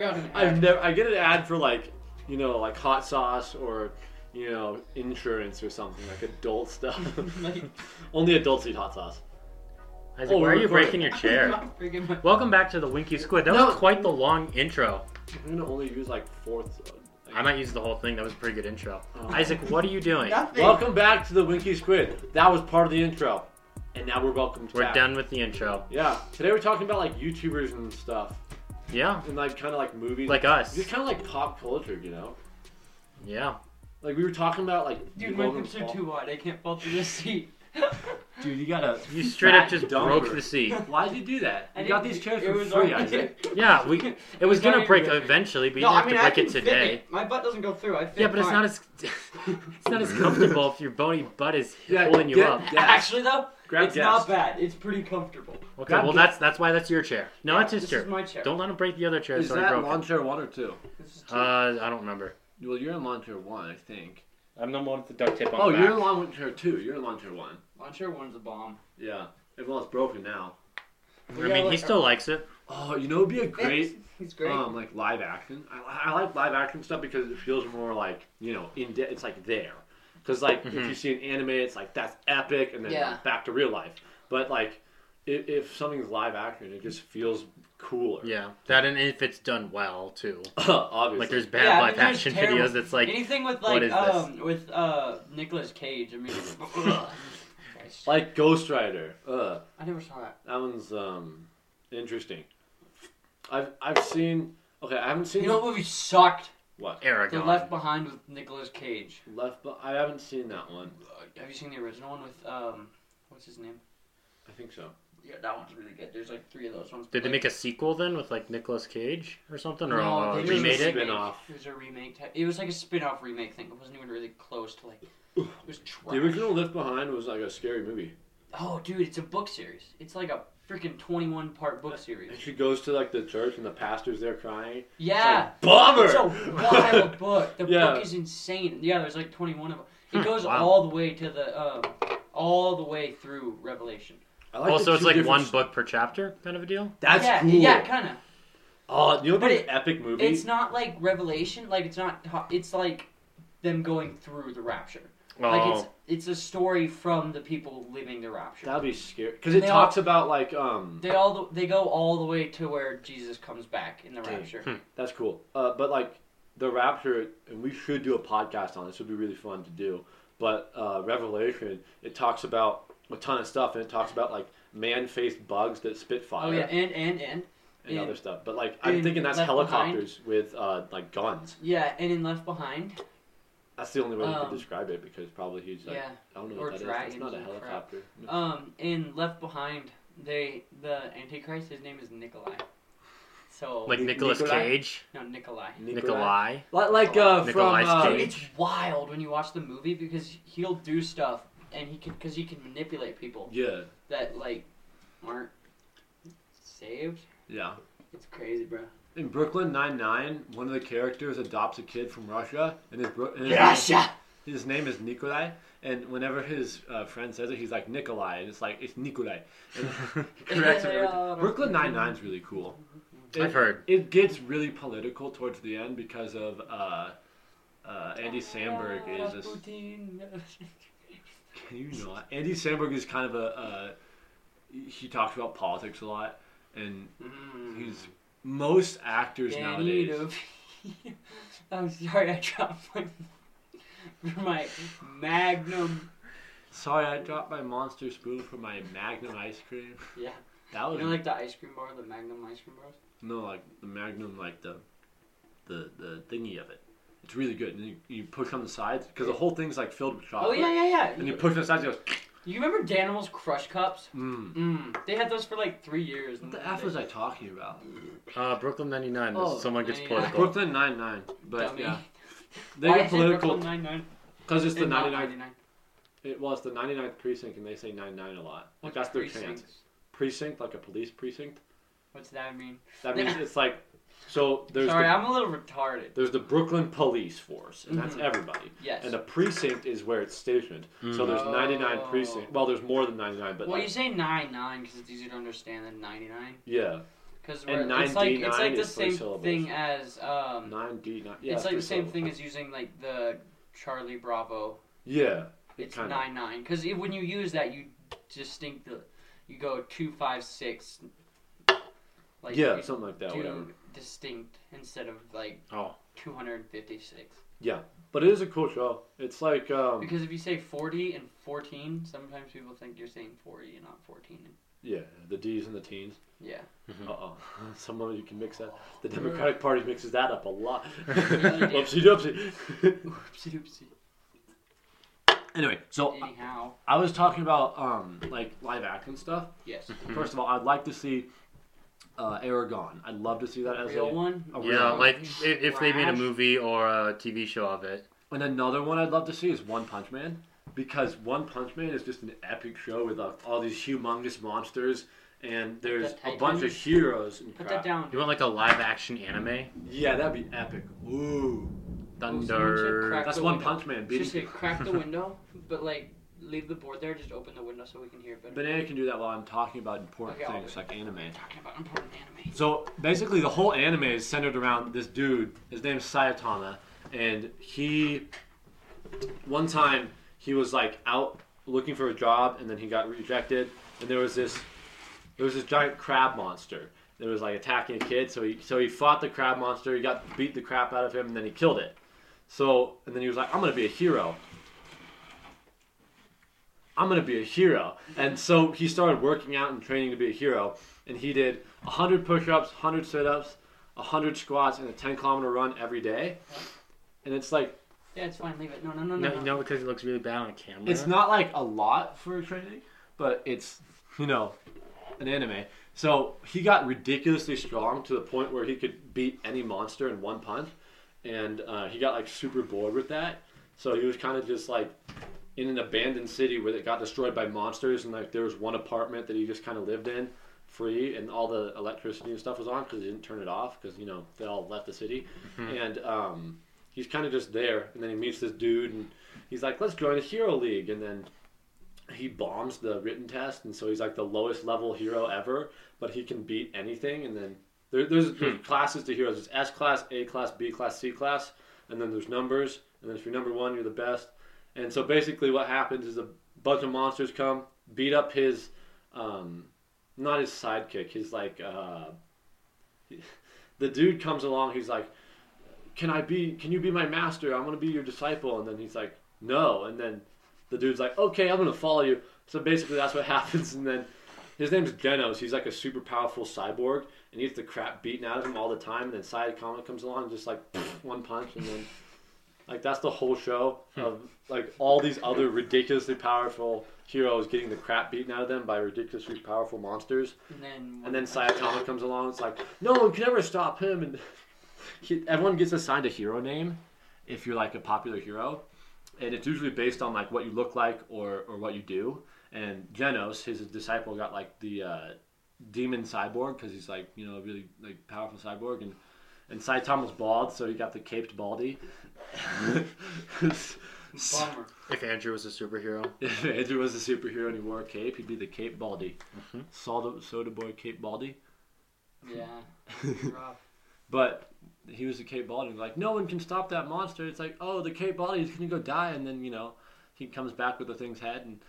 got an ad. I've never. I get an ad for like, you know, like hot sauce or, you know, insurance or something like adult stuff. Like- Only adults eat hot sauce. Isaac, Oh, why we're are you recording. breaking your chair? Not freaking my- Welcome back to the Winky Squid. That No. was quite the long intro. I'm gonna only use like fourth. uh, like- I might use the whole thing. That was a pretty good intro. Oh. Isaac, what are you doing? Nothing. Welcome back to the Winky Squid. That was part of the intro, and now we're welcome. We're back. done with the intro. Yeah. Today we're talking about like YouTubers and stuff, Yeah, and like kind of like movies, like us. just kind of like pop culture, you know. Yeah. Like we were talking about like Dude, my Logan hips are Paul. too wide. I can't fall through this seat. Dude, you gotta. You straight up fat just dumper. broke the seat. Why'd you do that? I You got didn't- these chairs it for was free, already- Isaac. Yeah, we. It was It's not gonna even break ripping. eventually, but you No, I didn't mean I have to can break fit it today. it. My butt doesn't go through. I fit Yeah, but it's fine. not as it's not as comfortable if your bony butt is Yeah, holding you get- up. Yeah. Actually though, Grab it's guest. not bad. It's pretty comfortable. Okay, Grab well it. that's that's why that's your chair. No, that's his this chair. is my chair. Don't let him break the other chair. Is so I that broke lawn it. chair one or two? This is too- Uh, I don't remember. Well, you're in lawn chair one, I think. I'm the one with the duct tape Oh, you're in lawn chair two. You're in lawn chair one. lawn chair one's a bomb. Yeah. Everyone's broken now. I mean, he still likes it. Oh, you know, it'd be a great, He's great. um, like live action. I, I like live action stuff because it feels more like you know, in de- it's like there. Because like if Mhm. you see an anime, it's like that's epic, and then Yeah. back to real life. But like, if, if something's live action, it just feels cooler. Yeah, that and if it's done well too. Obviously. Like there's bad Yeah, I mean, live there's action terrible- videos that's like anything with what like is this? um with uh Nicolas Cage. I mean, Christ. like Ghost Rider. Ugh. I never saw that. That one's um interesting. I've I've seen okay, I haven't seen You know what movie sucked? what? The Aragon. Left Behind with Nicolas Cage. Left but I haven't seen that one. Have you seen the original one with um what's his name? I think so. Yeah, that one's really good. There's like three of those ones. Did they Like- make a sequel then with like Nicolas Cage or something or No, uh, they it just was a remade it? spin-off. It was a remake. Type. It was like a spin-off remake thing. It wasn't even really close to like. It was trash. The original Left Behind was like a scary movie. Oh, dude, it's a book series. It's like a freaking twenty-one part book And series. she goes to like the church and the pastor's there crying. Yeah. It's like, Bummer. It's a wild book. The Yeah. book is insane. Yeah, there's like 21 of them. It Hmm, goes wow. all the way to the, um, all the way through Revelation. I like the Also, it's two like different one s- book per chapter kind of a deal. That's yeah, cool. Yeah, kind of. Oh, you know But what's it- an epic movie? It's not like Revelation. Like it's not. ho- It's like them going through the Rapture. Like Oh. Oh. it's it's a story from the people living the Rapture. That'd be scary because it They all- talks about like um. They all they go all the way to where Jesus comes back in the Dang. rapture. That's cool. Uh, but like the Rapture, and we should do a podcast on this. Would be really fun to do. But uh, Revelation, it talks about a ton of stuff, and it talks about like man-faced bugs that spit fire Oh yeah, and and and and yeah. other stuff. But like I'm And thinking that's Left helicopters with uh, like guns. yeah, and in Left Behind, That's the only way you Um, could describe it because probably he's like "Hmm." yeah. I don't know or what that is. It's dragons not a and crap. helicopter. Um, in Left Behind, they the Antichrist, his name is Nikolai. So Like Ni- Nicolas Nicolai? Cage, no Nikolai. Um, Nikolai. Like, like uh, Nicolas from uh, Cage. It's wild when you watch the movie because he'll do stuff and he can because he can manipulate people yeah, that like aren't saved. yeah. It's crazy, bro. In Brooklyn Nine Nine, one of the characters adopts a kid from Russia, and his, bro- and his Russia. His name is Nikolai, and whenever his uh, friend says it, he's like Nikolai, and it's like it's Nikolai. And he corrects him. every time. Brooklyn Nine Nine's really cool. It, I've heard. it gets really political towards the end because of uh, uh, Andy Samberg is. A, s- can you not? Andy Samberg is kind of a. Uh, he talks about politics a lot, and Mm, he's most actors Danny nowadays. DeVito. I'm sorry, I dropped my my Magnum. Sorry, I dropped my monster spoon for my Magnum ice cream. Yeah, That Oh, you was know, like the ice cream bar, the Magnum ice cream bars. No, like the Magnum, like the the the thingy of it. It's really good. And you, you push on the sides because the whole thing's like filled with Oh chocolate. yeah, yeah, And yeah. you push on the sides, it goes. You remember Danimal's Crush Cups? Mm. Mm. They had those for like three years. What the f was I talking about? Uh, Brooklyn 99. Oh, someone gets 99. political. Brooklyn Nine Nine, but Dummy. yeah, they Why get is it Brooklyn political Nine-Nine because it's the and not 99th. It was the 99th precinct, and they say 99 a lot. What's Like that's their chant. precincts? Precinct, like a police precinct. What's that mean? That means it's like so. There's Sorry, the, I'm a little retarded. there's the Brooklyn Police Force, and that's Mhm. everybody. Yes. And a precinct is where it's stationed. Mm. So there's 99 Oh. precinct. Well, there's more than 99, but well, like, you say nine nine because it's easier to understand than ninety nine. yeah, because And it's like it's 9D9 like the is three same syllables. thing as um, Nine D nine. Yeah, it's like three the same syllables. thing as using like the Charlie Bravo. Yeah, it It's kinda- nine nine because when you use that, you distinct the you go two five six. Like yeah, you something like that. do Whatever. distinct instead of like Oh. two hundred fifty six. But it is a cool show. It's like um, Because if you say forty and fourteen, sometimes people think you're saying forty and not fourteen. yeah, the D's and the teens. Yeah. Uh oh, some of you can mix that. The Democratic Party mixes that up a lot. Oopsie Oopsie doopsie. Oopsie oopsie. anyway, so Anyhow, I was talking about um like live action stuff. yes. First of all, I'd like to see uh, Aragon. I'd love to see that A as real a one. a real Yeah, one. like if, if they made a Flash. movie or a TV show of it. And another one I'd love to see is One Punch Man because One Punch Man is just an epic show with like, all these humongous monsters and there's the a bunch of Titans. heroes and Put crap. that down. You want like a live action anime? Yeah, that'd be epic. Ooh, Crack Thunder. that's the One window. Punch Man. baby. Just like, crack the window, but like leave the board there. Just open the window so we can hear better. Banana can do that while I'm talking about important Okay, I'll things do like anime. Talking about important anime. So basically, the whole anime is centered around this dude. His name's Sayatama, and he, one time, he was like out looking for a job, and then he got rejected. And there was this, there was this giant crab monster that was like attacking a kid. So he, so he fought the crab monster. He got beat the crap out of him, and then he killed it. So, and then he was like, I'm gonna be a hero. I'm gonna be a hero. And so he started working out and training to be a hero. And he did 100 push ups, 100 sit ups, 100 squats, and a 10 kilometer run every day. And it's like, Yeah, it's fine. Leave it. No, no, no, no. No, no, because it looks really bad on camera. it's not like a lot for training, but it's, you know, an anime. So he got ridiculously strong to the point where he could beat any monster in one punch. And uh, he got like super bored with that. So he was kind of just like in an abandoned city where it got destroyed by monsters. And like there was one apartment that he just kind of lived in free and all the electricity and stuff was on because he didn't turn it off because, you know, they all left the city. And um, he's kind of just there. And then he meets this dude and he's like, let's join a hero league. And then he bombs the written test, and so he's like the lowest level hero ever, but he can beat anything. And then there, there's, there's classes to heroes. There's S class, A class, B class, C class, and then there's numbers. And then if you're number one, you're the best. And so basically, what happens is a bunch of monsters come, beat up his, um, not his sidekick, his like, uh, the dude comes along. He's like, "Can I be? Can you be my master? I want to be your disciple." And then he's like, "No." And then the dude's like, okay, I'm gonna follow you. So basically, that's what happens. And then his name's Genos. He's like a super powerful cyborg, and he gets the crap beaten out of him all the time. And then Sayakama comes along, and just like one punch, and then like that's the whole show of like all these other ridiculously powerful heroes getting the crap beaten out of them by ridiculously powerful monsters. And then. And then Sayakama comes along. It's like no one can ever stop him. And he, everyone gets assigned a hero name if you're like a popular hero, and it's usually based on like what you look like or or what you do. And Genos, his disciple, got like the uh, demon cyborg because he's like you know a really like powerful cyborg and. And Saitama's bald, so he got the caped baldy. Bummer. If Andrew was a superhero, if Andrew was a superhero and he wore a cape, he'd be the Cape Baldy. Soda, soda boy Cape Baldy. Yeah. Rough. But he was the Cape Baldy. Like no one can stop that monster. It's like oh, the Cape Baldy is gonna go die, and then you know he comes back with the thing's head, and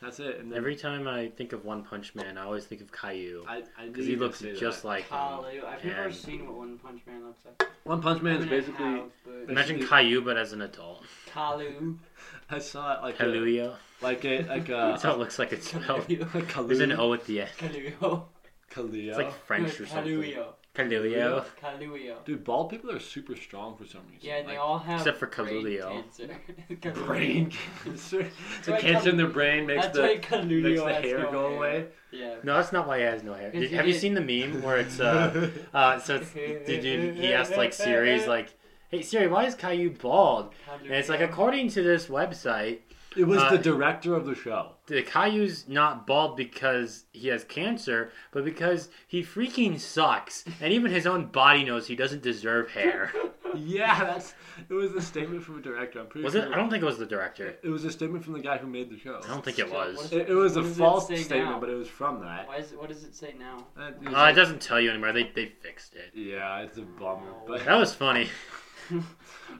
that's it. And then every time I think of One Punch Man, I always think of Caillou I I knew because he you were looks gonna say just that. like um, him. Hallelujah. I've never And- seen what One Punch Man looks like. One Punch Man is I mean, I basically. have, but- Imagine basically- Caillou but as an adult. Kalu. I saw it like a, Hallelujah. like a like That's how a. it looks like it's spelled. Like There's an Kalu, O at the end. Kaluo. Kalia. It's like French or something. Kaluo. Caluio. Kaluo. Dude, bald people are super strong for some reason. Yeah, and they Like, all have except for brain Kalulio. cancer. Kalulio. brain cancer. the why cancer in Kalu- their brain makes That's the why makes Kalulio the has hair no go hair. away. Yeah. No, that's not why he has no hair. Because he have you did- seen the meme where it's uh, uh so it's the dude he asked like Siri, he's like, "Hey Siri, why is Caillou bald?" And it's like, Kalulio. according to this website, It was Uh, the director of the show. the Caillou's not bald because he has cancer, but because he freaking sucks, and even his own body knows he doesn't deserve hair. yeah, that's it was a statement from a director. I'm pretty Was sure it? I don't think it was the director. it was a statement from the guy who made the show. I don't think it was. It, it was a What does it false say statement, now? but it was from that. Why is it, what does it say now? Uh, it was Uh, it like- doesn't tell you anymore. They they fixed it. yeah, it's a bummer. But That was funny.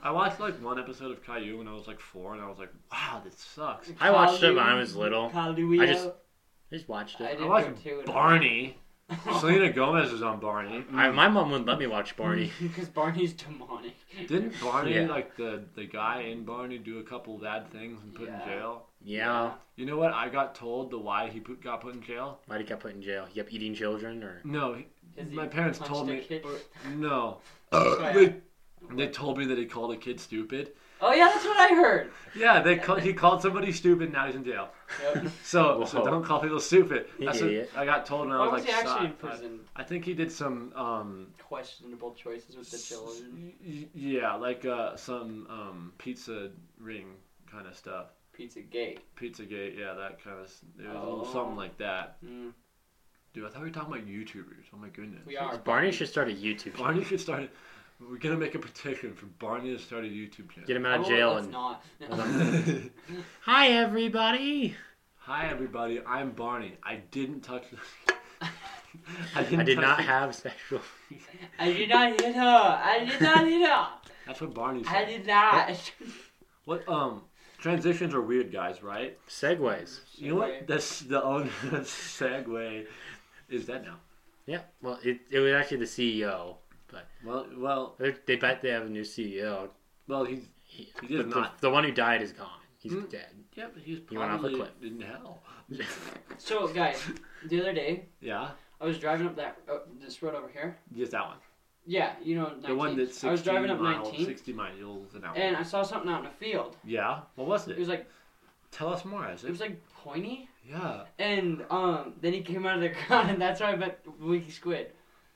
I watched like one episode of Caillou when I was like four, and I was like, "Wow, this sucks." I watched it when I was little. Kaluuya. I just- I just watched I it. I did watched go too. and- Barney. Selena Gomez was on Barney. I, my mom wouldn't let me watch Barney. Because Barney's demonic. Didn't Barney Yeah. like the the guy in Barney do a couple bad things and put Yeah. in jail? Yeah, You know what? I got told the why he put, got put in jail. why did he got put in jail? He kept eating children, or No, he- Is he my parents punched told a me. kid? or- no, Oh, yeah. they, they told me that he called a kid stupid. Oh, yeah, that's what I heard. Yeah, they call, he called somebody stupid. Now he's in jail. Yep. So, so Whoa. don't call people stupid. You That's what idiot. I got told when I Why was was like he actually in five. prison? I think he did some um, Questionable choices with the children. Y- Yeah, like uh, some um, pizza ring kind of stuff. Pizza gay. Pizzagate, yeah, that kind of. s- It was a Oh. little something like that. Mm, Dude, I thought we were talking about YouTubers. Oh my goodness. we are. Barney should start a YouTube. Channel. Barney should start. a- We're gonna make a petition for Barney to start a YouTube Get channel. him out Oh, of jail let's and not. hi everybody. Hi everybody, I'm Barney. I didn't touch. I, didn't I did touch not the- have sexual. I did not hit her. I did not hit her. That's what Barney I said. did not. What um transitions are weird, guys, right? Segways. You know what? That's the own segue. Is that now? Yeah. Well, it, it was actually the CEO. Well, well, They they bet they have a new CEO. well. He's He, He did but the, not. the one who died is gone. He's Mm. dead. Yeah, but he's He probably went off a cliff. in hell. So, guys, the other day, Yeah, I was driving up that uh, this road over here. just that one. Yeah, you know, 19. The one that's 60 I was driving up miles, 19, 60 miles an hour. and I saw something out in the field. yeah, what was It it? was like Tell us more, it Isaac. was like pointy, yeah. and um, then he came out of the ground, and that's how I met Winky Squid.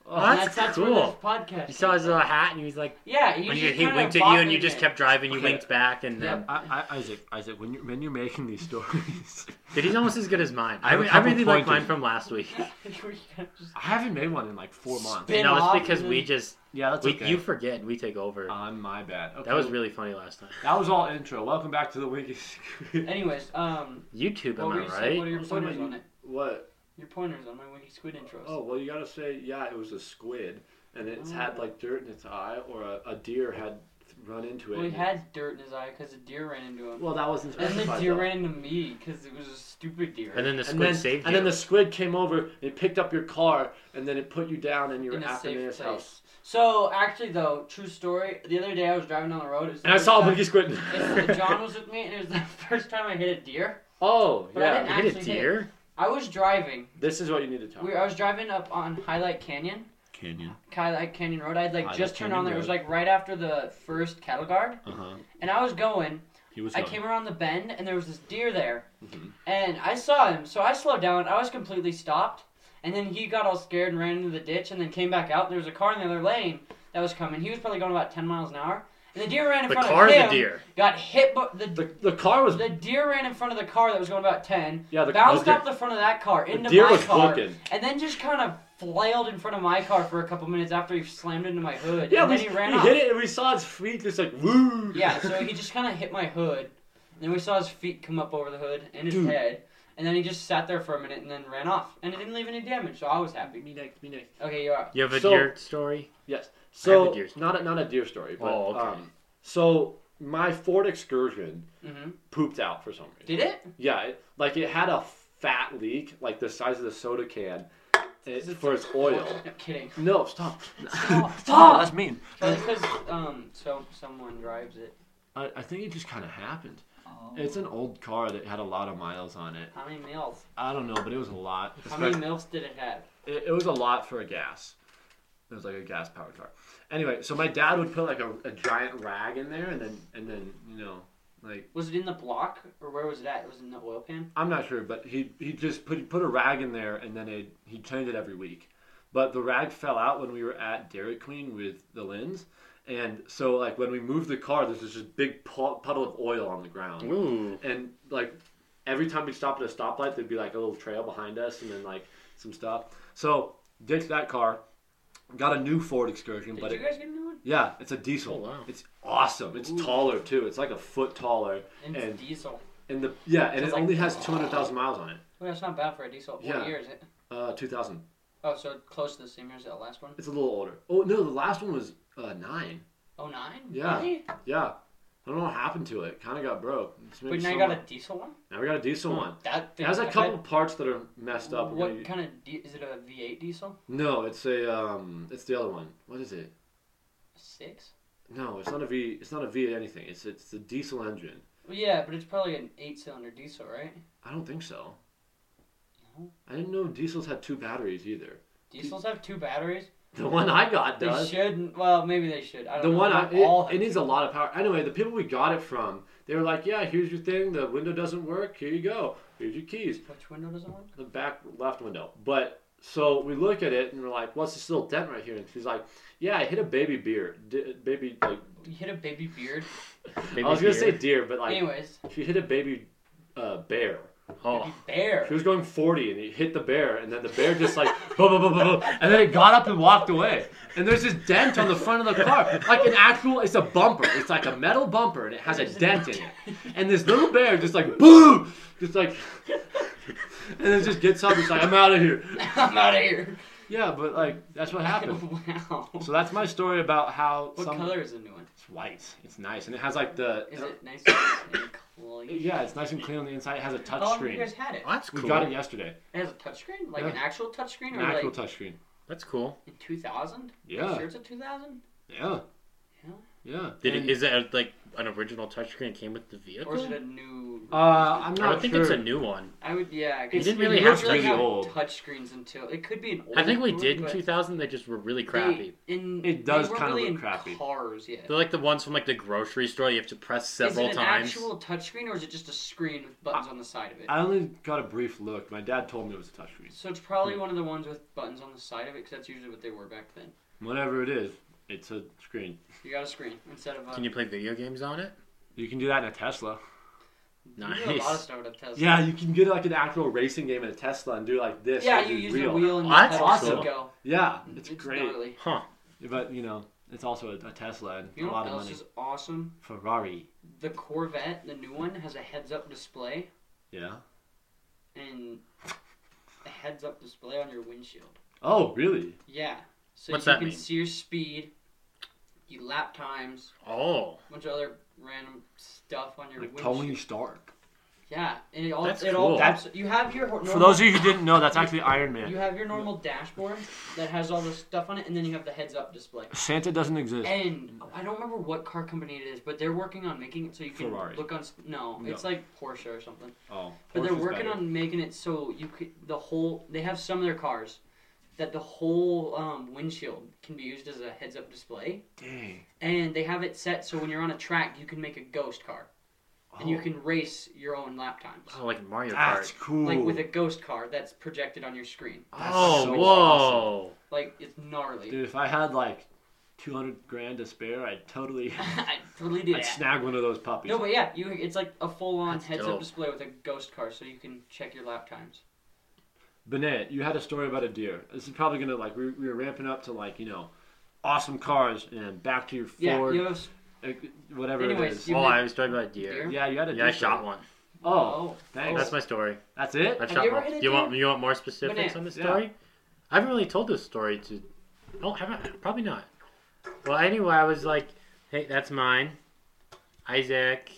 Oh, What? And that's that's cool. Where this podcast. You saw his little hat and he was like, Yeah, he, when was you, just he kinda winked at you and you bopping just it. kept driving. You Okay. winked back and uh, yeah, then I, I, Isaac, Isaac, when you're when you're making these stories, Dude, he's almost as good as mine. I I, have a re- I couple really like pointers. mine from last week. You were kinda just- I haven't made one in like four months. Spit. Been no, off it's because and we then- just Yeah, that's we, okay. you forget and we take over. On my bad. Okay. that was really funny last time. That was all intro. Welcome back to the Winky. Squid. Anyways, um, YouTube, what am were I you saying? What right? are your I'm sorry, pointers you- on it? what? Your pointers on my Winky Squid intros. Oh, oh, well, you gotta say yeah. It was a squid, and it's had, like dirt in its eye, or a, a deer had run into well, he had dirt in his eye because a deer ran into him. Well, that wasn't And the specified, deer though. ran into me because it was a stupid deer. And then the squid and then, saved and you. then the squid came over and it picked up your car and then it put you down and you were in a at the safe man's place. house. So actually, though, true story. The other day I was driving down the road. It was the And I first saw a time- monkey squid. it's- John was with me, and it was the first time I hit a deer. oh, But I yeah. didn't- you hit a actually hit. deer. I was driving. This is what you need to talk We, I was driving up on Highlight Canyon, Canyon. Highlight Canyon Road. I had like Highlight just turned on Canyon there. It was Road. like right after the first cattle guard, Uh huh. and I was going. He was. I came around the bend, and there was this deer there, Mhm. and I saw him. So I slowed down. I was completely stopped, and then he got all scared and ran into the ditch, and then came back out. There was a car in the other lane that was coming. He was probably going about ten miles an hour, and the deer ran in The front car of of him. the deer. Got hit, but the The, the car was. The deer ran in front of the car that was going about 10, yeah, the bounced okay. up the front of that car into The deer my was car, booking. and then just kind of flailed in front of my car for a couple minutes after he slammed into my hood. Yeah, and we, then he ran we off. hit it and we saw his feet just like woo. Yeah, so he just kind of hit my hood, and then we saw his feet come up over the hood and his Dude. head, and then he just sat there for a minute and then ran off, and it didn't leave any damage, so I was happy. me next, me next. Okay, you're up. You have a So- deer story? Yes. I have a So deer story. not a, not a deer story, but Oh, okay. um, so my Ford Excursion hmm pooped out for some reason. Did it? Yeah, it, like it had a fat leak, like the size of the soda can, it, Is it for its oil. No, kidding. No, stop. Stop. That's mean. Because um, so someone drives it. I, I think it just kind of happened. It's an old car that had a lot of miles on it. How many mils? I don't know, but it was a lot. How many mils did it have? It, it was a lot for a gas. It was like a gas powered car. Anyway, so my dad would put like a, a giant rag in there, and then and then you know, like Was it in the block or where was it at? It was in the oil pan. I'm not sure, but he he just put he put a rag in there, and then it, he changed it every week. But the rag fell out when we were at Dairy Queen with the lens, and so like when we moved the car, there's this just big pu- puddle of oil on the ground, Ooh. and like every time we stopped at a stoplight, there'd be like a little trail behind us, and then like some stuff. So ditched that car, Got a new Ford Excursion, Did but you it, guys get a new one? yeah, it's a diesel. Oh, wow. It's awesome. It's Ooh. taller too. It's like a foot taller, And and it's diesel. and the yeah, and It's it like- only has two hundred thousand miles on it. Well, that's not bad for a diesel. Yeah. What year is it? Uh, two thousand. Oh, so close to the same year as that last one. It's a little older. Oh no, the last one was uh, nine. Oh nine. Yeah. Really? Yeah, I don't know what happened to it. Kind of got broke. It's But maybe now you got somewhat- a diesel one. now we got a diesel one. That It has a I bet- couple parts that are messed up. We're What gonna- kind of di- is it? A V eight diesel? No, it's a um, it's the other one. What is it? Six. No, it's not a V. It's not a V anything. It's it's a diesel engine. Well, yeah, but it's probably an eight cylinder diesel, right? I don't think so. No. I didn't know diesels had two batteries either. Diesels have two batteries. The one I got They does. should. Well, maybe they should. I don't The know. one I, Not all it, it have needs two. a lot of power. Anyway, the people we got it from, they were like, "Yeah, here's your thing. The window doesn't work. Here you go. Here's your keys. Which window doesn't work? The back left window." But so we look at it and we're like, "What's this little dent right here?" And she's like, "Yeah, I hit a baby beer. D- baby like You hit a baby beard. Baby I was gonna deer. say deer, but like Anyways, she hit a baby uh, bear. oh, baby bear. She was going 40 and it hit the bear, and then the bear just like, boom, boom, boom, boom, boom, and then it got up and walked away. And there's this dent on the front of the car. Like an actual, it's a bumper. It's like a metal bumper and it has a dent in it. And this little bear just like, boom, just like, and then just gets up and it's like, I'm out of here. I'm out of here. Yeah, but like, that's what happened. wow. So that's my story about how. What some- color is the new one? It's white. It's nice. And it has like the. Is it nice and clean? Yeah, it's nice and clean on the inside. It has a How touch long have screen. you guys had it? well, that's We cool. got it yesterday. It has a touchscreen, like Yeah. an actual touchscreen, An or actual like touchscreen. That's cool. in 2000. Yeah. sure it's a 2000, Yeah. Yeah. Yeah. Did And, it, is it like an original touchscreen that came with the vehicle? or is it a new? Uh, I'm I not don't think sure. it's a new one. I would, yeah. It didn't we really don't have to be have old. touchscreens until it could be an old. I think we did in one, 2000. They just were really but crappy. They, in, It does they weren't kinda really look in crappy. Cars, yeah. They're like the ones from like the grocery store. You have to press several is it times. an actual touchscreen or is it just a screen with buttons on the side of it? I only got a brief look. My dad told me it was a touchscreen. so it's Hmm. probably one of the ones with buttons on the side of it because that's usually what they were back then. Whatever it is, it's a screen. You got a screen instead of a. Can you play video games on it? You can do that in a Tesla. you do a lot of Nice. stuff with a Tesla. Yeah, you can get like an actual racing game in a Tesla and do like this. Yeah, with you the use a wheel and Oh, that's the pedal to awesome. go. Yeah, Mm-hmm. it's, great. gnarly. Huh. But you know, it's also a, a Tesla and You a know lot what of else money. is awesome? Ferrari. The Corvette, the new one, has a heads-up display Yeah. and a heads-up display on your windshield. Oh, really? Yeah. So What's you that can mean? see your speed, your lap times, Oh, a bunch of other random stuff on your Like windshield. Tony Stark. Yeah, and it all That's it all cool. that's you have your ho- normal, For those of you who didn't know, that's actually Iron you Man. have your normal dashboard that has all this stuff on it, and then you have the heads-up display. Santa doesn't exist. And I don't remember what car company it is, but they're working on making it so you can Ferrari. look on. s- No, No. it's like Porsche or something. Oh, But they're Porsche's working better. on making it so you could the whole. They have some of their cars that the whole um, windshield can be used as a heads-up display, Dang. and they have it set so when you're on a track, you can make a ghost car and you Oh, can race your own lap times, oh like Mario that's Kart. cool. like with a ghost car that's projected on your screen. That's oh, so whoa. Like it's gnarly. Dude, if I had like 200 grand to spare, I'd totally I totally did I'd that. snag one of those puppies. No, but yeah, you it's like a full-on That's heads-up dope. display with a ghost car, so you can check your lap times. Benet, you had a story about a deer. This is probably gonna like we, we were ramping up to like you know, awesome cars and back to your Yeah, Ford, you have, uh, whatever Anyways, it you- is. Oh, had- I was talking about a deer. Deer? Yeah, you had a Yeah, deer. I shot one. Oh, Oh. thanks. That's my story. That's it. I Have shot you ever one. hit a Do you want deer? you want more specifics Banana. on this Yeah. story? I haven't really told this story to. Oh, have I? Probably not. Well, anyway, I was like, "Hey, that's mine, Isaac."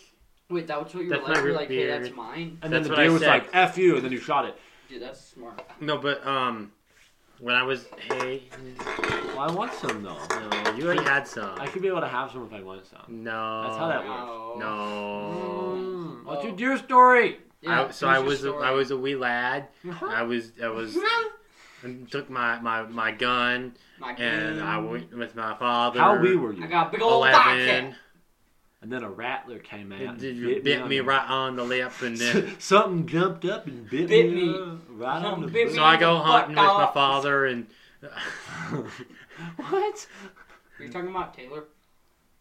wait, that was what you were That's like. my You're root like, hey, beer. that's mine. and then That's the what I deer was said. like, "F you," and then you shot it. Dude, that's smart. No, but um, when I was hey, Well, I want some though. no, you already had some. I should be able to have some if I want some. No, That's how Oh, that works. Wow. No. Mm. What's your Oh. deer story? Yeah, I, so here's I your was a, story. I was a wee lad. Uh-huh. I was I was and took my, my, my gun My and goon. I went with my father. How wee were I you? got a big old eleven. pocket. And then a rattler came out. and Did you bit, on me the- right on the lip and then Something jumped up and bit, Bit me, me. uh, right on the Something bit bush. so I go Fuck hunting with my off. father and what? Are you talking about Taylor?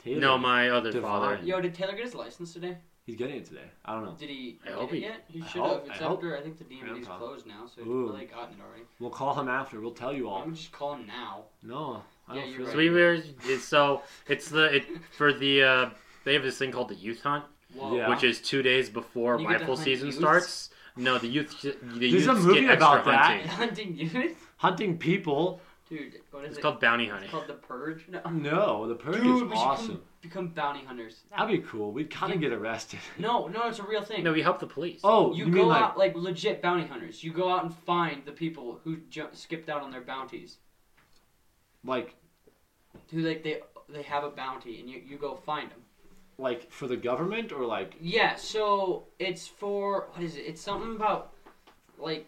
Taylor. no my other Divine. father. Yo, did Taylor get his license today? He's getting it today. I don't know. Did he I get hope it he- yet? He I should hope- have. It's I hope. after I think the DMV's Grandpa. closed now, so Ooh. he's probably gotten it already. We'll call him after. We'll tell you I'm all. gonna just call him now. No, I Yeah, don't you're feel right. So we were it's, so it's the it, for the uh, they have this thing called the youth hunt, Whoa. Yeah. which is two days before You get to rifle hunt season youths? starts. No, the youth the There's a youths movie get extra about that. Hunting hunting. youth, hunting people. dude. What is It's it? called bounty hunting. It's called the Purge. No. No, the purge Dude, is we should awesome. come, become bounty hunters. That'd be cool. We'd kind of Yeah. get arrested. No, no, it's a real thing. No, we help the police. Oh, you, you, go mean like out like legit bounty hunters. You go out and find the people who jump, skipped out on their bounties. like Who like they they have a bounty and you, you go find them. like for the government or like Yeah, so it's for what is it? It's something about like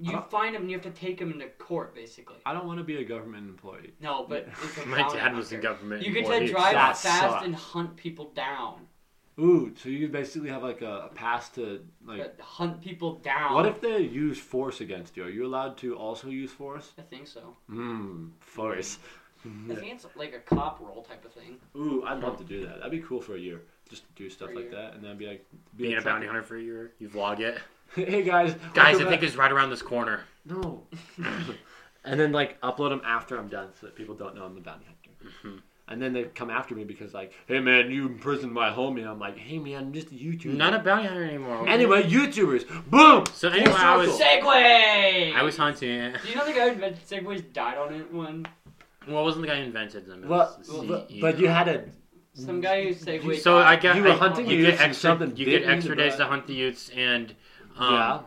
you Huh? find them and you have to take them into court basically. I don't want to be a government employee. No, but it's a My bounty dad was in hunter. government. You get to employee. drive That fast sucks. and hunt people down. Ooh, so you basically have like a, a pass to like. But hunt people down. What if they use force against you? Are you allowed to also use force? I think so. Hmm, force. Mm-hmm. I think it's like a cop role type of thing. Ooh, I'd love to do that. That'd be cool for a year. Just to do stuff For a like year. that, and then be like, be being a trucker. bounty hunter for a year. You vlog it, hey guys, guys. welcome I think back. it's right around this corner. no. and then like upload them after I'm done, so that people don't know I'm the bounty hunter. Mm-hmm. And then they come after me because like, hey man, you imprisoned my homie. And I'm like, hey man, I'm just a YouTuber. Not a bounty hunter anymore. Mm-hmm. anyway, YouTubers, boom. So Full anyway, I was- circle. Segway. I was hunting it. Do you know the guy who invented segways died on it one? Well, it wasn't the guy who invented them. It Well, was the but, CEO. but you had a Some guy who segwayed. Mm. So I got You were I- hunting You youths get and extra. something You bit get me in extra the days butt. to hunt the Utes, and um, yeah.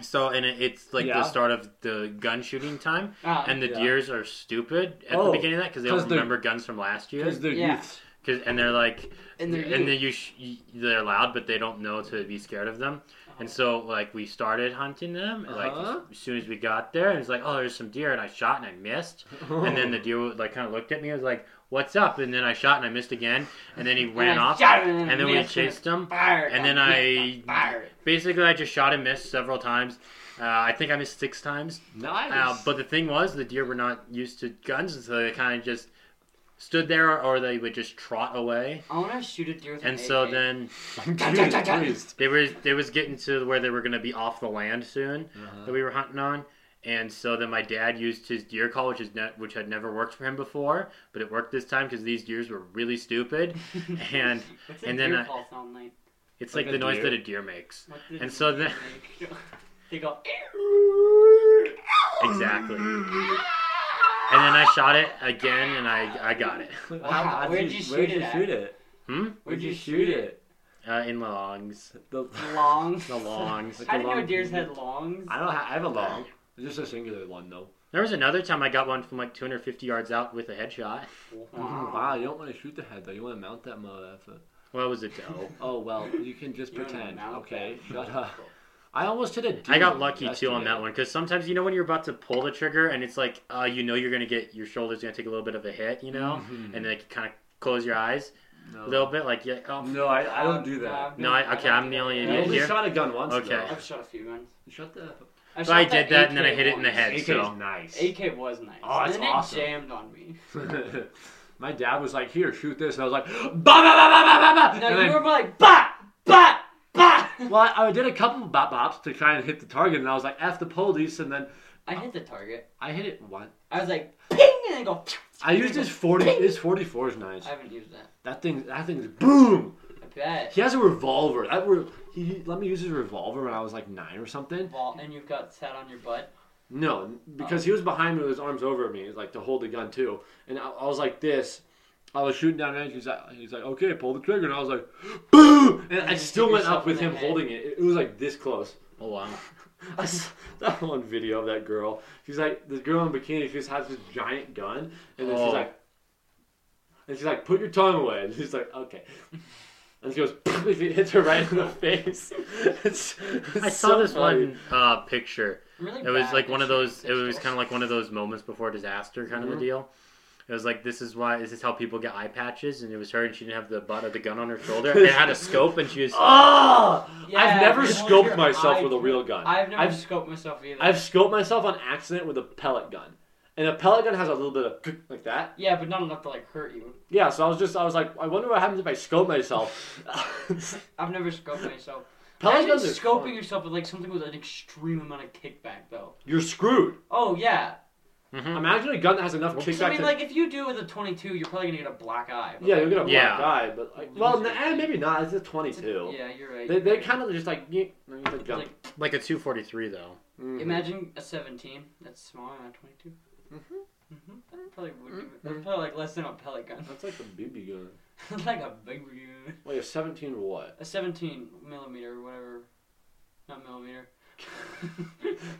so and it, it's like Yeah. the start of the gun shooting time, Ah, and the Yeah. deers are stupid at Oh, the beginning of that because they 'cause don't they're- remember guns from last year. Because they're Yeah. youths. Cause, and they're like, and they're and then you sh- y- they're loud, but they don't know to be scared of them. Oh. And so like we started hunting them, and, like Uh-huh. as soon as we got there, and it's like, oh, there's some deer, and I shot and I missed, and then the deer like kind of looked at me, and was like, what's up? And then I shot and I missed again, and then he ran I off, shot him in and then the we mouth. chased him. Fire. And then I- Fire. Basically, I just shot and missed several times. Uh, I think I missed six times. nice. Uh, but the thing was, the deer were not used to guns, and so they kind of just stood there, or they would just trot away. I want to shoot a deer with an And so AK. then I'm Dun, curious, dun, dun, dun. please. they were they was getting to where they were going to be off the land soon Uh-huh. that we were hunting on. And so then my dad used his deer call, which is ne- which had never worked for him before, but it worked this time because these deers were really stupid, and What's a and then deer I- call sound like? it's Like like, a the noise deer? that a deer makes. What did And so they then- make? they go. Exactly. And then I shot it again, and I I got it. Wow, where'd you shoot where'd it you at? shoot it? Hmm. Where'd you shoot it? Uh, in longs. The, Longs. The longs. Like I a didn't know long- deers had longs. I don't. Have, I have a long. Just a singular one though. There was another time I got one from like 250 yards out with a headshot. Wow, you don't want to shoot the head though. You want to mount that motherfucker. Well, it was a doe. Oh well, you can just You don't pretend. mount Okay, that. shut up. I almost hit a. Deer I got lucky too yesterday. on that one because sometimes you know when you're about to pull the trigger and it's like uh, you know you're gonna get your shoulders gonna take a little bit of a hit, you know, Mhm. and then you kind of close your eyes No, a little bit, like yeah, oh, no I, I don't do that. No, I- okay, I'm the only I idiot only here. shot a gun once. Okay. though. I've shot a few guns. Shut the. I, So I shot did that and then I hit it in the AK head. AK is so- nice. AK was nice. Oh, and that's then awesome. it jammed on me. My dad was like, "Here, shoot this," and I was like, "Bah bah bah bah bah bah!" No, and you then- were more like bah bah bah. Well, I did a couple of bop bops to try and hit the target, and I was like, "F the police!" And then Oh. I hit the target. I hit it once. I was like ping and I go. I used his forty. His forty four is nice. I haven't used that. That thing. That thing's boom. I bet. He has a revolver. That re- he let me use his revolver when I was like nine or something. Well, and you've got sat on your butt. No, because he was behind me with his arms over me, like to hold the gun too. And I, I was like this. I was shooting down range. He's like, he's like, okay, pull the trigger. And I was like, boom! And And I you still hit went yourself up with in the him head. holding it. It it was like this close. oh wow. I saw that one video of that girl. She's like this girl in bikini. She just has this giant gun, and then Oh. she's like, and she's like, put your tongue away. And she's like, okay. And she goes, if it hits her right in the face. It's, it's I saw so this funny. one uh, picture. I'm really It was bad like at one of shooting those. It was pistols. kind of like one of those moments before disaster kind of Mhm. a deal. It was like this is why this is how people get eye patches, and it was her, and she didn't have the butt of the gun on her shoulder. and it had a scope, and she was. Oh, Yeah, I've never you hold scoped your myself eye with a to- real gun. I've never I've, scoped myself either. I've scoped myself on accident with a pellet gun. And a pellet gun has a little bit of like that. Yeah, but not enough to like hurt you. Yeah, so I was just I was like, I wonder what happens if I scope myself. I've never scoped myself. pellet Imagine guns are scoping fun. yourself with like something with an extreme amount of kickback though. You're screwed. Oh yeah. Mhm. Imagine a gun that has enough So, kickback. I mean, to, like if you do it with a 22, you're probably gonna get a black eye. but, yeah, like, you're gonna Yeah. black eye, but like, well, eh, maybe not. It's a twenty-two. Yeah, you're right. They, they kind of just like, yeet, and it's a gun. Like, Like a 243 though. Mhm. Imagine a 17 that's smaller than a 22. Mhm. Mm-hmm. Probably would do it. That's probably like less than a pellet gun. That's like a BB gun. It's like a big gun. Wait, a seventeen or what? A 17 millimeter, whatever. Not millimeter.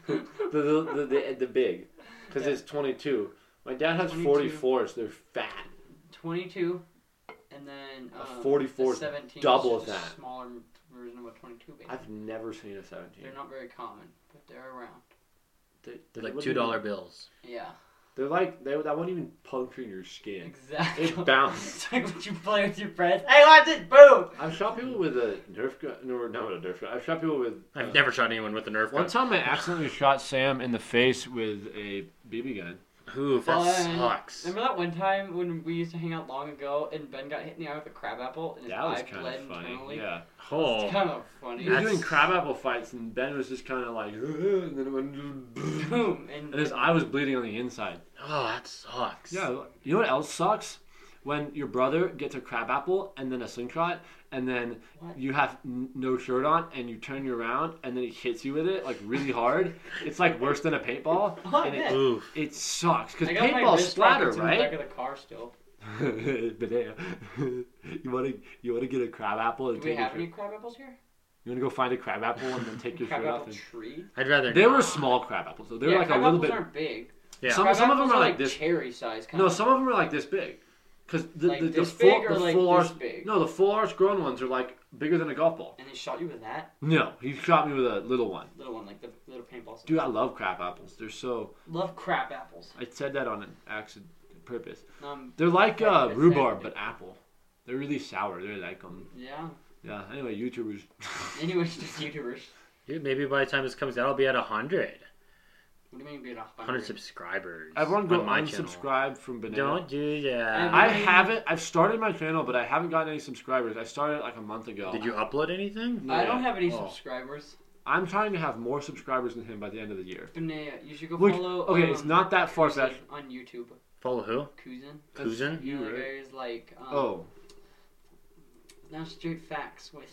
The the the, the, the big, because Yeah. it's twenty-two. My dad has 22. forty-four, so they're fat. 22, and then A um, 44 is 17 is double just a that. Smaller version of a 22. Baby. I've never seen a seventeen. They're not very common, but they're around. They- they Like wouldn't two dollar even- bills. Yeah, They're like they that won't even puncture your skin. exactly. It bounces. it's like when you play with your friends. Hey, watch it! Boom! I've shot people with a Nerf gun. No, not a Nerf gun. I've shot people with. uh, I've never shot anyone with a Nerf One gun. time I accidentally shot Sam in the face with a BB gun. Oof, that Fun. sucks. Remember that one time when we used to hang out long ago and Ben got hit in the eye with a crab apple and his That was eye kind bled of funny. internally? Yeah. Oh, It's kind of funny. We were That's- doing crabapple fights, and Ben was just kind of like, "Ugh," and then it went, Boom! And, and his eye was bleeding on the inside. oh, that sucks. Yeah. You know what else sucks? When your brother gets a crabapple and then a slingshot, and then What? you have n- no shirt on, and you turn you around, and then he hits you with it like really hard. it's like worse than a paintball. Oh, I and it, bet. Oof. it sucks because I got my paintball wrist splatter, rockets in the right? back of the car still. Banana. you want to you want to get a crab apple Do and we take your have shirt. any crab apples here? You want to go find a crab apple and then take your crab shirt off. apple And... tree. I'd rather. They not. were small crab apples, so they were yeah, like a crab little apples bit. aren't big. Yeah. Some Crab some of them apples are like this. cherry size. Kind No, of. some of them are like this big, because the, Like the, the this full big or the like full this arch- big? no the full arch grown ones are like bigger than a golf ball. And they shot you with that No, he shot me with a little one. little one, like the little paintball. size. Dude, I love crab apples. They're so. Love crab apples. I said that on an accident purpose. Um, They're like What uh, did I say? rhubarb but apple. They're really sour. They're like um. yeah. Yeah. Anyway, YouTubers. Anyways, just YouTubers. Dude, maybe by the time this comes out, I'll be at 100. What do you mean being a 100 hundred? subscribers. Everyone go on my channel. unsubscribe from Banana. Don't do that. I haven't. I've started my channel, but I haven't gotten any subscribers. I started like a month ago. Did you upload anything? No. I don't have any Oh. subscribers. I'm trying to have more subscribers than him by the end of the year. Banana, you should go Which- follow. okay, it's um, not that far Kuzin fetched. On YouTube, Follow who? Kuzan. That's Kuzan? You You, know, the right? guy who's like. Um, Oh, Now straight facts with.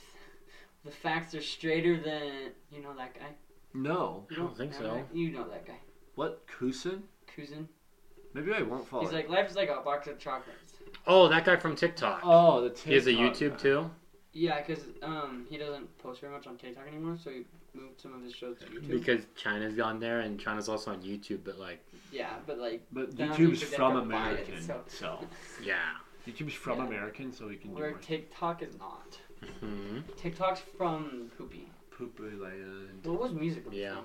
The facts are straighter than you know that guy. no. I don't think so. You know that guy, What? Kusin? Kuzan. Maybe I won't follow. He's him. like life is like a box of chocolates. Oh, that guy from TikTok. oh, the he has a TikTok YouTube guy. too. Yeah, because um, he doesn't post very much on TikTok anymore, so he moved some of his shows to YouTube. Because China's gone there, and China's also on YouTube. But like, yeah, but like But Then YouTube's you could from definitely buy it, American, so- so yeah. YouTube's from Yeah. American, so we can do where more TikTok is not. Mm-hmm. hmm TikTok's from Poopy. poopoo land. What was music? Yeah.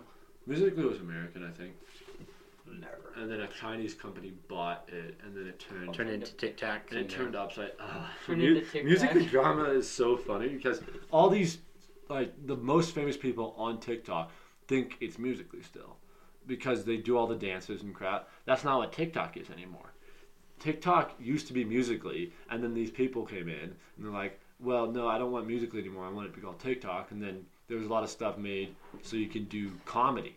Musically was American, I think, From? Never. and then a Chinese company bought it, and then it turned Turn into TikTok. uh, and it turned upside. Oh, Turn mu- into Tic music Tac. and drama is so funny because all these, like the most famous people on TikTok, think it's musically still, because they do all the dances and crap. That's not what TikTok is anymore. TikTok used to be musically, and then these people came in and they're like, "Well, no, I don't want musically anymore. I want it to be called TikTok." And then there was a lot of stuff made so you can do comedy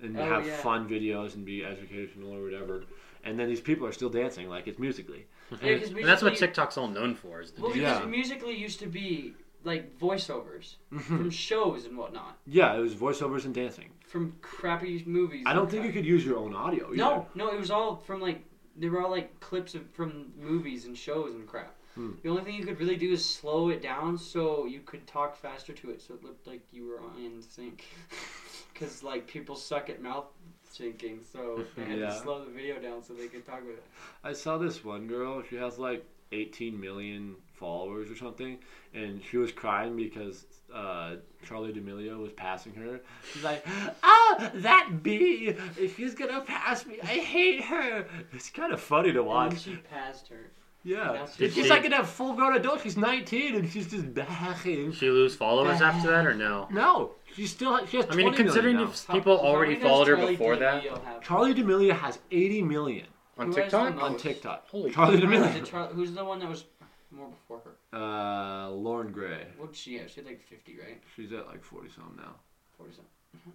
and Oh, have yeah. fun videos and be educational or whatever. And then these people are still dancing like it's musically. Yeah, 'cause And that's what musically- TikTok's all known for. Is the Well, because Yeah. Mm-hmm. musically used to be like voiceovers from shows and whatnot, Yeah, it was voiceovers and dancing. from crappy movies. I and don't think you crap. could use your own audio. Either. No, no, it was all from like they were all like clips of, from movies and shows and crap. Hmm. The only thing you could really do is slow it down so you could talk faster to it, so it looked like you were in sync. Because like people suck at mouth syncing, so they had Yeah. to slow the video down so they could talk with it. I saw this one girl. She has like 18 million followers or something, and she was crying because uh, Charlie D'Amelio was passing her. She's like, "Ah, that bee! She's gonna pass me. I hate her." It's kind of funny to And Mm. watch. she passed her. Yeah. That's It's just- just like a full grown adult. She's 19 and she's just bashing. Did she lose followers after that or no? No, she's still she has. I mean, 20 million considering now. if people How- already how many followed her does before Charli that D'Amelio have? Charlie D'Amelio has 80 million on Who has the TikTok, most? on TikTok. Holy Charlie Is it D'Amelio. Char- who's the one that was more before her? Uh, Lauren Gray. What'd she have? She had like 50, right? She's at like 40 something now. 40 something.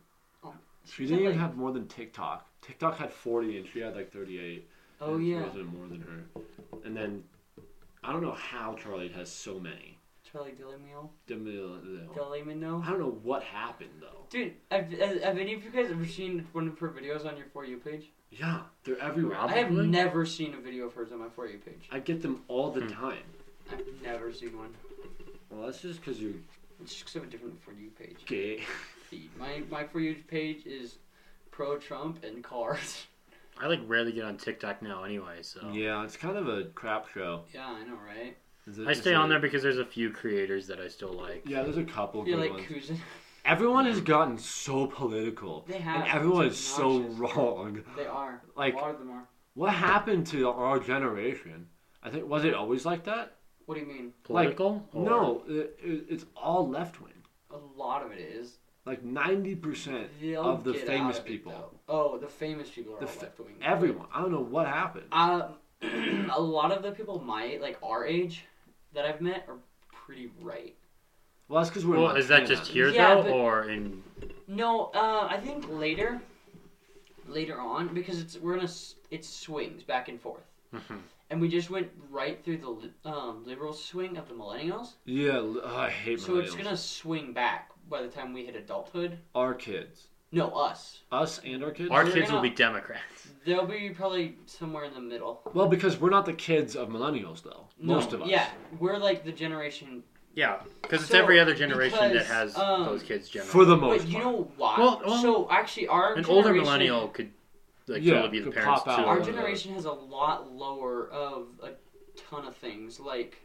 She She's at, didn't even like- have more than TikTok. TikTok had 40 and she had like 38. Oh, and she yeah. wasn't more than her. And then I don't know how Charlie has so many. Charlie D'Amelio? D'Amelio. D'Amelio? I don't know what happened though. Dude, have, have have any of you guys ever seen one of her videos on your For You page? Yeah, they're everywhere. Rob- I, I have Probably. never seen a video of hers on my For You page. I get them all the Hmm. time. I've never seen one. Well, that's just because you're It's just 'cause I have a different For You page. gay. feed. My, my For You page is pro Trump and cars. I like rarely get on TikTok now anyway, so Yeah, it's kind of a crap show. yeah, I know, right? I stay on there because there's a few creators that I still like. Yeah, there's a couple You're good like ones. Kuzin. Everyone has gotten so political. They have. And everyone It's is so obnoxious. wrong. They are. Like- a lot of them are. What happened to our generation? I think was it always like that? What do you mean? Political? or- No, it, it, it's all left wing. A lot of it is. Like ninety percent They'll of the get famous out of it, people. though. oh, the famous people are The all fa- left wing. Everyone. I don't know what happened. Um, a lot of the people my like our age that I've met are pretty right. Well, that's because we're. in Well, is that Montana. just here Yeah, though, but- or in? No, uh, I think later, later on, because it's we're in a s- it swings back and forth, and we just went right through the li- um, liberal swing of the millennials. Yeah, l- oh, I hate So it's millennials. gonna swing back by the time we hit adulthood. Our kids, No, us. us and our kids. Our We're kids will gonna- be Democrats. They'll be probably somewhere in the middle. well, because we're not the kids of millennials, though. No, Most of us. Yeah, we're like the generation. Yeah, because it's So, every other generation that because, has um, those kids. Generally, For the most But you part. know why? Well, well, so actually, our an older generation- millennial could like Yeah, totally be the could parents pop too. out. our Yeah. generation has a lot lower of a ton of things like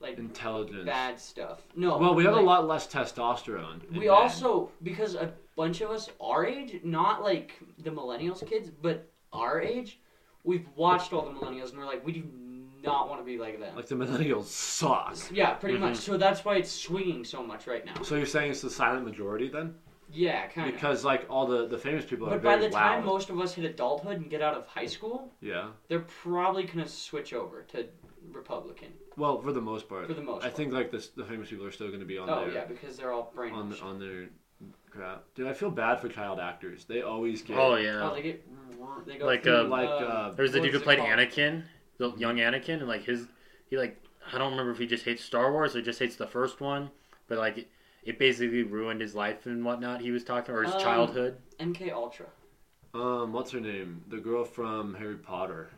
like Intelligence. bad stuff. No. Well, we have like, a lot less testosterone. in We men. also because a bunch of us our age, not like the millennials kids, but our age, we've watched all the millennials and we're like, we do not want to be like them. like Mm-hmm. the millennials suck. yeah, pretty much. So that's why it's swinging so much right now. So you're saying it's the silent majority then? Oh, Yeah, kind of. Because like all the the famous people are But by very the time loud. most of us hit adulthood and get out of high school, yeah. they're probably gonna switch over to Republican. Well, for the most part. For the most I part. think like this, the famous people are still going to be on Oh their yeah, because they're all brainwashed. on on their crap. Dude, I feel bad for child actors. They always get Oh Oh, yeah, they get they go Like, through, um, like uh, there was the what dude who is it played called? Anakin, the young Anakin, and like his, he like I don't remember if he just hates Star Wars or just hates the first one, but like it, it basically ruined his life and whatnot. He was talking or his Um, childhood. MK Ultra. um what's her name? The girl from Harry Potter.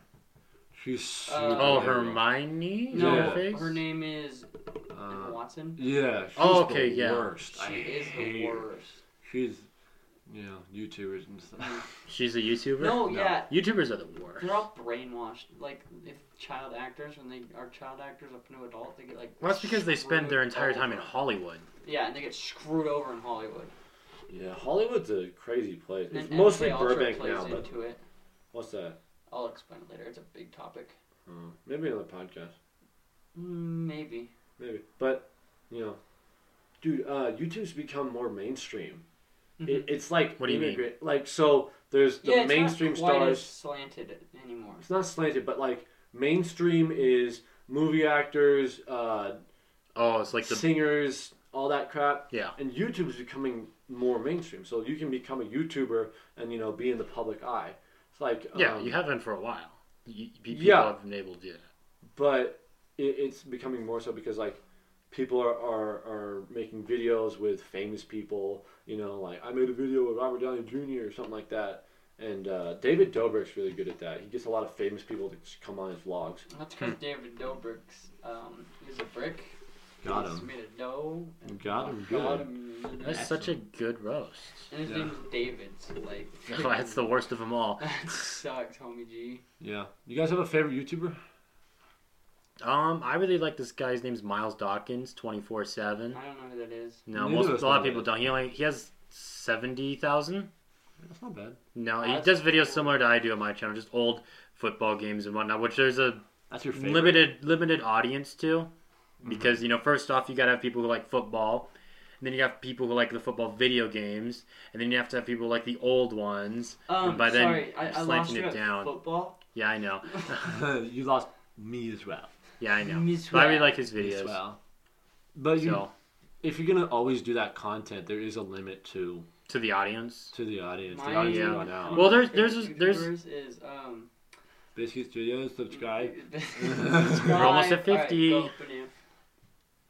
She's super Uh, Oh, little. Hermione. Is No, that her Yeah. face? her name is Uh, Watson. yeah. She's Oh, okay, The yeah. Worst. I She is hate the her. worst. She's you know YouTubers and Mm-hmm. stuff. She's a YouTuber. No, yeah, YouTubers are the worst. they're all brainwashed. Like if child actors, when they are child actors up into adult, they get like. Well, that's because they spend their screwed entire time in over. Hollywood. Yeah, and they get screwed over in Hollywood. yeah, Hollywood's a crazy place. And then MK Ultra plays into it. what's that? Oh, I'll explain it later. It's a big topic. maybe another podcast. Mm, Maybe. Maybe, but you know, dude, uh, YouTube's become more mainstream. It, it's like What do you mean? immigrant- Like so, there's Mm-hmm. the yeah, it's mainstream not quite stars. as slanted anymore. It's not slanted, but like mainstream is movie actors, uh, Oh, it's like the singers, all that crap. yeah. And YouTube's becoming more mainstream, so you can become a YouTuber and you know be in the public eye. It's like Yeah, um, Uh, you have been for a while. You, pe- people Yeah. have been able to do that. but it, it's becoming more so because like people are, are are making videos with famous people you know like i made a video with robert downey jr or something like that and uh, david dobrik's really good at that he gets a lot of famous people to just come on his vlogs That's Hmm. because David Dobrik's um, is a brick. Got He's him. made a dough. and Got him got good. him in the That's neck. such a good roast. And his Yeah. name is David. So like. Oh, that's the worst of them all. That sucks, homie G. yeah you guys have a favorite youtuber Um, I really like this guy's name's Miles Dawkins, twenty four I seven. don't know who that is. No, Neither most of us a lot know of people that. don't. He only he has seventy thousand. that's not bad No, he That's does videos cool. similar to I do on my channel, just old football games and whatnot. Which there's a That's your favorite. limited limited audience too, because you know first off you gotta have people who like football, and then you have people who like the football video games, and then you have to have people who like the old ones. Um, and by then sorry, I, I lost slanting you it at down. football. Yeah, I know. you lost me as well. Yeah, I know. Miss But I Webb. really like his Me videos. as well. But you, So if you're gonna always do that content, there is a limit to to the audience. to the audience. My- the audience Yeah. yeah. one going of out. my Well, there's- favorite there's- there's- YouTubers is um. Biscuit Studios, subscribe. subscribe. We're almost at All right, 50. go,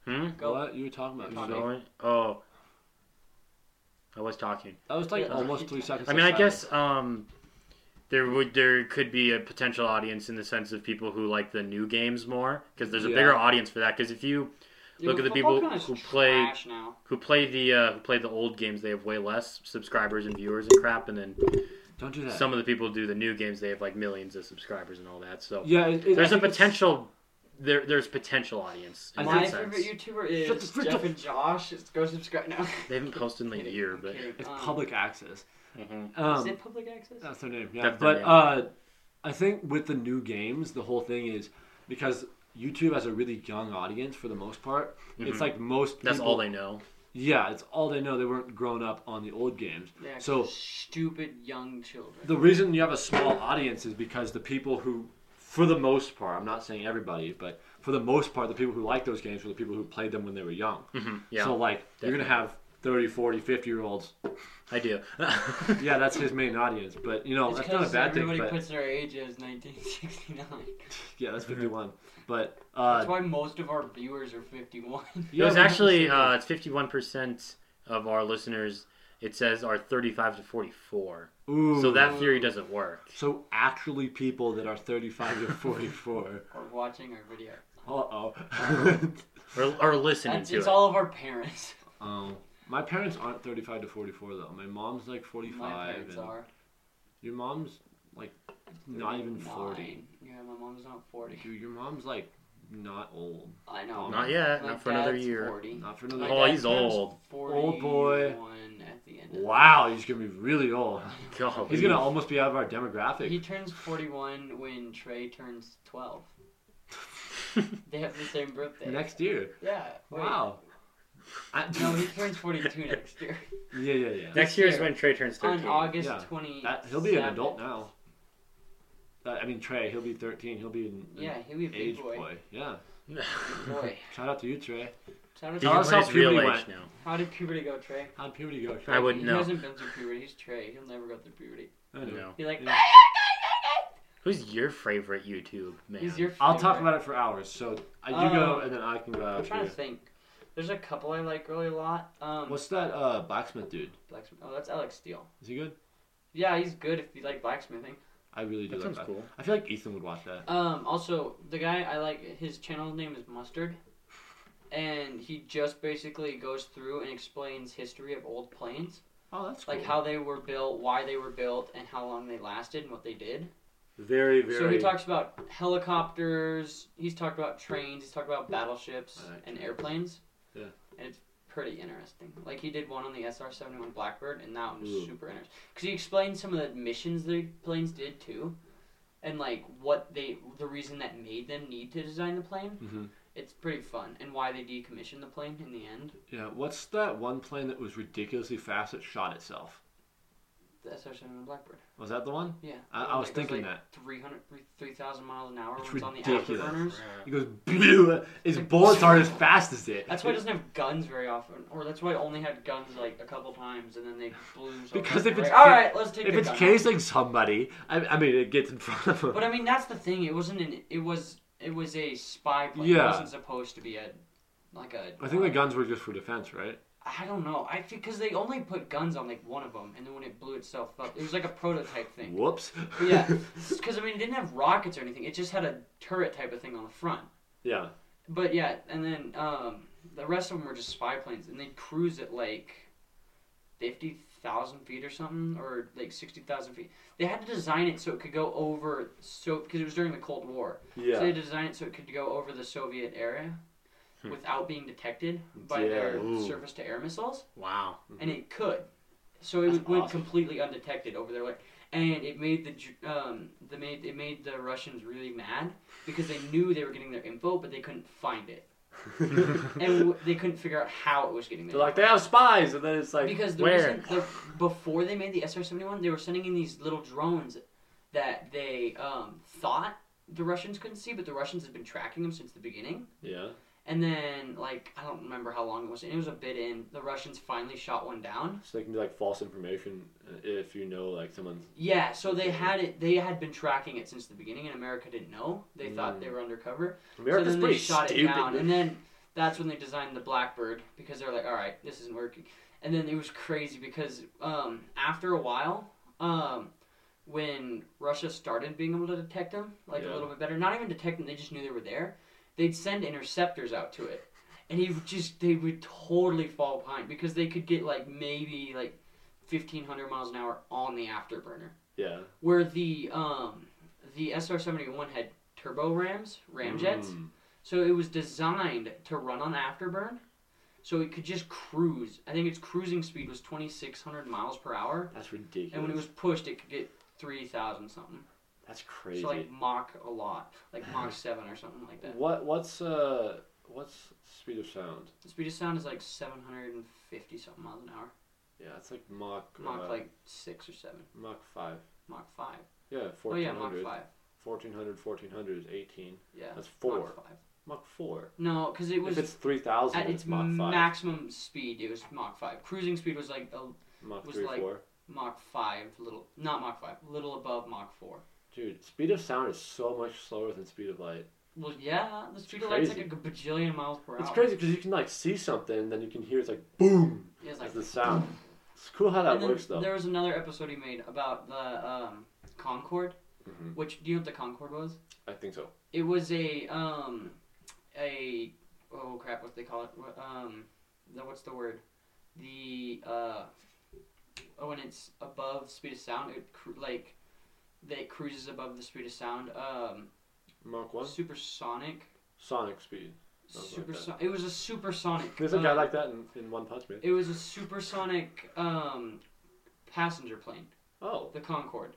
Banu. Hmm. Go. What you were talking about? You're You talking. were- Going. Oh. I was talking. That was like Yeah. almost three seconds. I of mean, I silence. guess um, there would there could be a potential audience in the sense of people who like the new games more because there's a Yeah. bigger audience for that. Because if you Yo, Look at the football people kinda's who play- trash now. who play the uh, who play the old games, they have way less subscribers and viewers and crap, and then don't do that. some of the people who do the new games, they have like millions of subscribers and all that. So yeah, it- it- there's I a think it's- potential there there's potential audience I in My that think- favorite sense. YouTuber Shut the is fridge Jeff up. and Josh. It's- Go subscribe now. They haven't posted in like a Kidding, year, I'm but kidding. It's Um, public access. Mhm. Um, is it public access? That's their name, yeah. That's but their name. uh, I think with the new games, the whole thing is because YouTube has a really young audience for the most part. Mhm. It's like most people, that's all they know. yeah, it's all they know. They weren't grown up on the old games. Yeah, So stupid young children. the reason you have a small audience is because the people who, for the most part, I'm not saying everybody, but for the most part, the people who like those games were the people who played them when they were young. hmm Yeah, So like you're gonna have 30, 40, 50 year olds. I do. Yeah, that's his main audience. But you know It's oh, that's not a 'cause bad thing. everybody But puts their age as 1969. yeah, that's 51. But uh, That's why most of our viewers are 51. It Yeah, was we have actually the same- uh, it's fifty one percent of our listeners. It says are thirty five to forty four. Ooh. So that theory doesn't work. So actually, people that are thirty-five to forty-four. Or watching our video. Uh oh. Uh-huh. Or, or listening That's, to it's it. all of our parents. um, my parents aren't thirty-five to forty-four though. My mom's like forty-five. My parents and are. Your mom's not even 39. forty. Yeah, my mom's not 40. Dude, your mom's like not old. I know. Not yet, My not for another dad's year. 40. Not for My another. Oh, dad's he's turns old. 41 Old boy. At the end of Wow, he's gonna be really old. God. He's gonna almost be out of our He demographic. turns 41 when Trey turns 12. They have the same birthday. Next year. yeah. wait. Wow. I- No, he turns 42 next year. yeah, yeah, yeah. Next year is when Trey turns On thirteen. August Yeah. 20. That, he'll be an adult now. Uh, I mean, Trey, he'll be 13. He'll be an, an Yeah, he'll be a big age boy. Yeah. Boy. Shout out to you, Trey. Shout out to Do you Tell know us us. how his real puberty age went. now? How did puberty go, Trey? How'd puberty go, Trey? I wouldn't he know. hasn't been through puberty. He's Trey. He'll never go through puberty. I know. No. He's like, "Ah, Yeah. Who's your favorite YouTube man? he's your I'll talk favorite. about it for hours. So I, you go, Um, and then I can uh, go I'm after trying you. to think. There's a couple I like really a lot. Um, What's that uh, blacksmith dude? blacksmith? Oh, that's Alex Steele. Is he good? Yeah, he's good if you like blacksmithing. I really do That like sounds that. cool. I feel like Ethan would watch that. Um, also, the guy I like, his channel name is Mustard, and he just basically goes through and explains history of old planes, Oh, that's cool. like how they were built, why they were built, and how long they lasted, and what they did. very, very. So he talks about helicopters. He's talked about trains. He's talked about battleships I like and trains. airplanes. Yeah. and it's pretty interesting. Like he did one on the SR seventy one Blackbird, and that one was Ooh. super interesting because he explained some of the missions the planes did too, and like what they the reason that made them need to design the plane. Mhm. It's pretty fun, and why they decommissioned the plane in the end. Yeah. What's that one plane that was ridiculously fast that shot itself? The SR seventy one Blackbird. Was that the one? Yeah, I- I was thinking that. 300, 3,000 miles an hour. It's when It's on the ridiculous. afterburners. He goes, blew. His bullets aren't as fast as it. That's why it doesn't have guns very often, or that's why it only had guns like a couple times, and then they blew. themselves Because up. if it's Like, all right, let's take If the it's gun out." casing somebody, I, I mean, it gets in front of them. But I mean, that's the thing. It wasn't an. It was. It was a spy plane. It Yeah. wasn't supposed to be a, like a. I think the guns were just for defense, right? I don't know. I because they only put guns on like one of them, and then when it blew itself up, it was like a prototype thing. Whoops. But yeah, because I mean, it didn't have rockets or anything. It just had a turret type of thing on the front. yeah. But yeah, and then um, the rest of them were just spy planes, and they cruise at like fifty thousand feet or something, or like sixty thousand feet. They had to design it so it could go over so because it was during the Cold War, Yeah. so they designed it so it could go over the Soviet area Hmm. without being detected by Yeah. Mm-hmm. their Ooh. surface-to-air missiles, Wow. and it could. So it That's went awesome. completely undetected over there. Like and it made the Ju- um the made it made the Russians really mad because they knew they were getting their info, but they couldn't find it, and w- they couldn't figure out how it was getting They're there. like they have spies, and then it's like because the where? reason the, before they made the SR seventy one, they were sending in these little drones that they um, thought the Russians couldn't see, but the Russians had been tracking them since the beginning. yeah, And then, like, I don't remember how long it was. It was a bit in. The Russians finally shot one down. so they can be like false information uh, if you know like someone's Yeah, so they had it. They had been tracking it since the beginning, and America didn't know. They thought they Mm. were undercover. America's so then pretty they shot stupid. it down, and then that's when they designed the Blackbird because they're like, all right, this isn't working. And then it was crazy because um, after a while, um, when Russia started being able to detect them like Yeah. a little bit better, not even detect them, they just knew they were there. They'd send interceptors out to it, and he would just they would totally fall behind because they could get like maybe like fifteen hundred miles an hour on the afterburner yeah, where the um the SR seventy one had turbo rams, ram jets. Mm. So it was designed to run on afterburn, so it could just cruise. I think its cruising speed was twenty six hundred miles per hour, That's ridiculous. and when it was pushed, it could get three thousand something. that's crazy. So like Mach a lot, like Mach seven or something like that. what what's uh what's speed of sound? The speed of sound is like seven hundred and fifty something miles an hour, Yeah, it's like Mach Mach uh, like six or seven, Mach five. Mach five. Yeah, Oh yeah, 1400. Mach five. 1400, 1400 is 18. Yeah, That's four. Mach five. Mach 4. No, because it was if it's 3000, At it's, its Mach 5. maximum speed, it was Mach 5. Cruising speed was like a Mach was 3, like- 4. Mach 5, little not Mach 5, little above Mach 4. Dude, speed of sound is so much slower than speed of light. Well, yeah, the speed of light's like a bajillion miles per hour. It's crazy because you can like see something, and then you can hear it's like boom It was like, as the sound. It's cool how that and then works though. There was another episode he made about the um, Concorde, Mhm. which do you know what the Concorde was? I think so. It was a um, a oh crap, what do they call it? What, Um, the- what's the word? The uh, oh, when it's above speed of sound, it cru- like that cruises above the speed of sound. Um, Mach 1? supersonic, Sonic speed. Sounds like that. supersonic. it was a supersonic. There's a guy um, like that in, in One Punch Man. It was a supersonic um, passenger plane. Oh. the Concorde.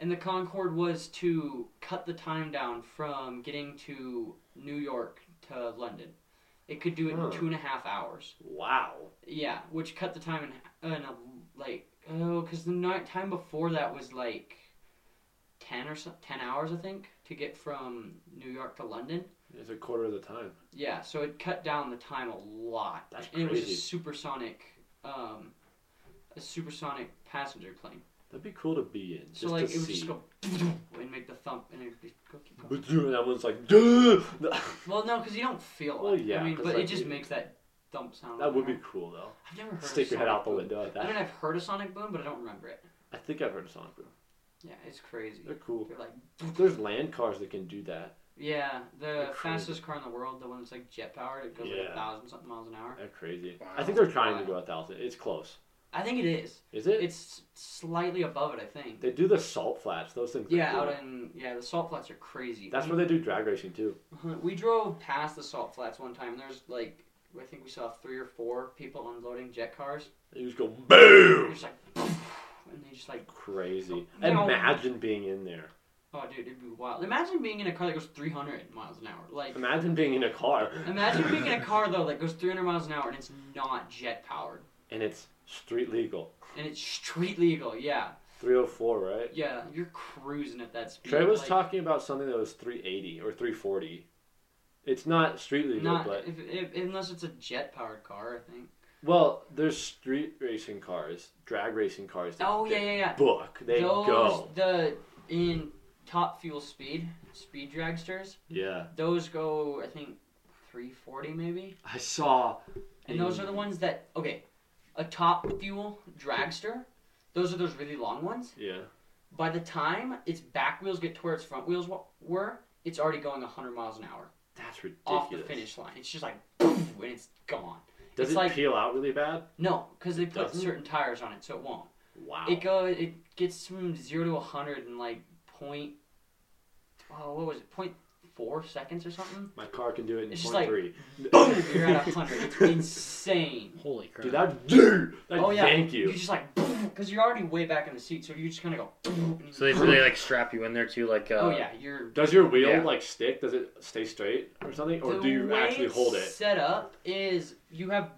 And the Concorde was to cut the time down from getting to New York to London. It could do it Huh. in two and a half hours. Wow. Yeah, which cut the time in, in a, like, oh, because the night time before that was like 10 or so, 10 hours, I think, to get from New York to London. It's a quarter of the time. Yeah, so it cut down the time a lot. That's And it was a crazy. supersonic, um, a supersonic passenger plane. That'd be cool to be in. Just So like to it would see. just go and make the thump and it would just go keep going. But dude, that one's like, duh! Well, no, because you don't feel it. Well, yeah, I mean, 'cause, but like, it just you- makes that thump sound. That would be I've cool though. never heard. Stick a your head sonic out the boom. window at I mean, that. I've heard a sonic boom, but I don't remember it. I think I've heard of Sonic Boom. Yeah, it's crazy. They're cool. They're like, There's land cars that can do that. yeah, the They're crazy. fastest car in the world, the one that's like jet powered, it goes like Yeah. a thousand something miles an hour. They're crazy. Wow. I think they're trying to go a thousand. It's close. I think it is. Is it? It's slightly above it, I think. They do the salt flats. Those things. are Yeah, cool. out in yeah, the salt flats are crazy. That's We- where they do drag racing too. Uh-huh. We drove past the salt flats one time. and There's like, I think we saw three or four people unloading jet cars. They just go They're boom. just like, and they just like, Crazy. No. Imagine being in there. oh dude, it'd be wild. Imagine being in a car that goes 300 miles an hour. Like, Imagine being in a car. imagine being in a car though that goes 300 miles an hour and it's not jet powered And it's street legal. and it's street legal. Yeah, 304, right? yeah, you're cruising at that speed. Trey was like, talking about something that was 380 or 340. It's not street legal, Not but if, if, unless it's a jet powered car, I think. well, there's street racing cars, drag racing cars. that- Oh yeah, that yeah, yeah. book. They Those go. the in top fuel speed speed dragsters. Yeah. Those go, I think, 340 maybe. I saw. And those Mm. are the ones that, okay, a top fuel dragster, those are those really long ones. Yeah. By the time its back wheels get to where its front wheels wa- were, it's already going 100 miles an hour That's ridiculous. off the finish line. It's just like, boom, and it's gone. Does It's it like- peel out really bad? No, because they put doesn't? certain tires on it, so it won't. Wow. It go, it gets from zero to 100 in like point, oh, what was it, point four seconds or something. My car can do it in It's just 0.3. Boom, you're at 100. It's insane. Holy crap! Dude, that dude. That Oh yeah, Thank you. You're just like, boom, because you're already way back in the seat, so you just kind of go. and So they, you- so they like strap you in there too, like uh, oh yeah, you're. Does your wheel Yeah. like stick? Does it stay straight or something, or the do you way actually it's hold it? Set up is you have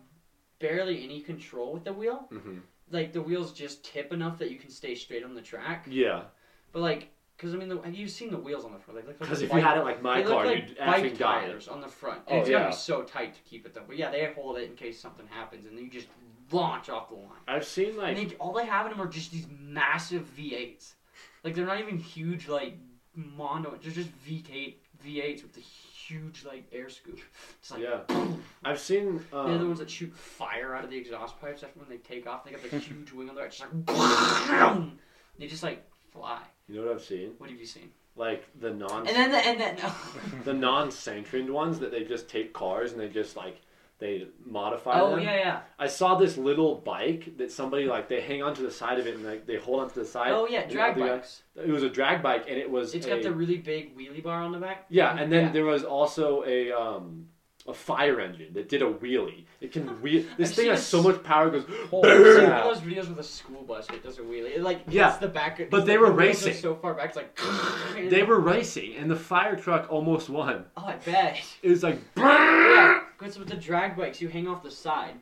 barely any control with the wheel. hmm Like the wheels just tip enough that you can stay straight on the track. Yeah, But like, because I mean, the, have you seen the wheels on the front? They look like because a if you bike- had it like my they car, look like you'd bike actually got it. tires on the front. Oh, And it's yeah. gotta be so tight to keep it though. But yeah, they hold it in case something happens, and then you just launch off the line. I've seen like and they, all they have in them are just these massive V8s. Like they're not even huge, like mono. They're just V8 V8s with the huge like air scoop. It's like yeah, I've seen um, they're the ones that shoot fire out of the exhaust pipes after when they take off. They got the huge wing on there. It's just like they just like fly. You know what I've seen? What have you seen? Like the non And then the, and then the non sanctioned ones that they just take cars and they just like they modify oh them. yeah yeah I saw this little bike that somebody like they hang onto the side of it and like they hold onto the side. oh yeah and drag the other bikes. guy- It was a drag bike and it was It's a- got the really big wheelie bar on the back. yeah, and then Yeah. there was also a um a fire engine that did a wheelie. It can wheel. This I've thing seen has this- so much power. It It's like goes. one of those videos with a school bus that does a wheelie. It like Yeah, hits the back. but they the were wheels are racing. so far back. It's like they were racing and the fire truck almost won. Oh, I bet. It was like yeah, because with the drag bikes, you hang off the side.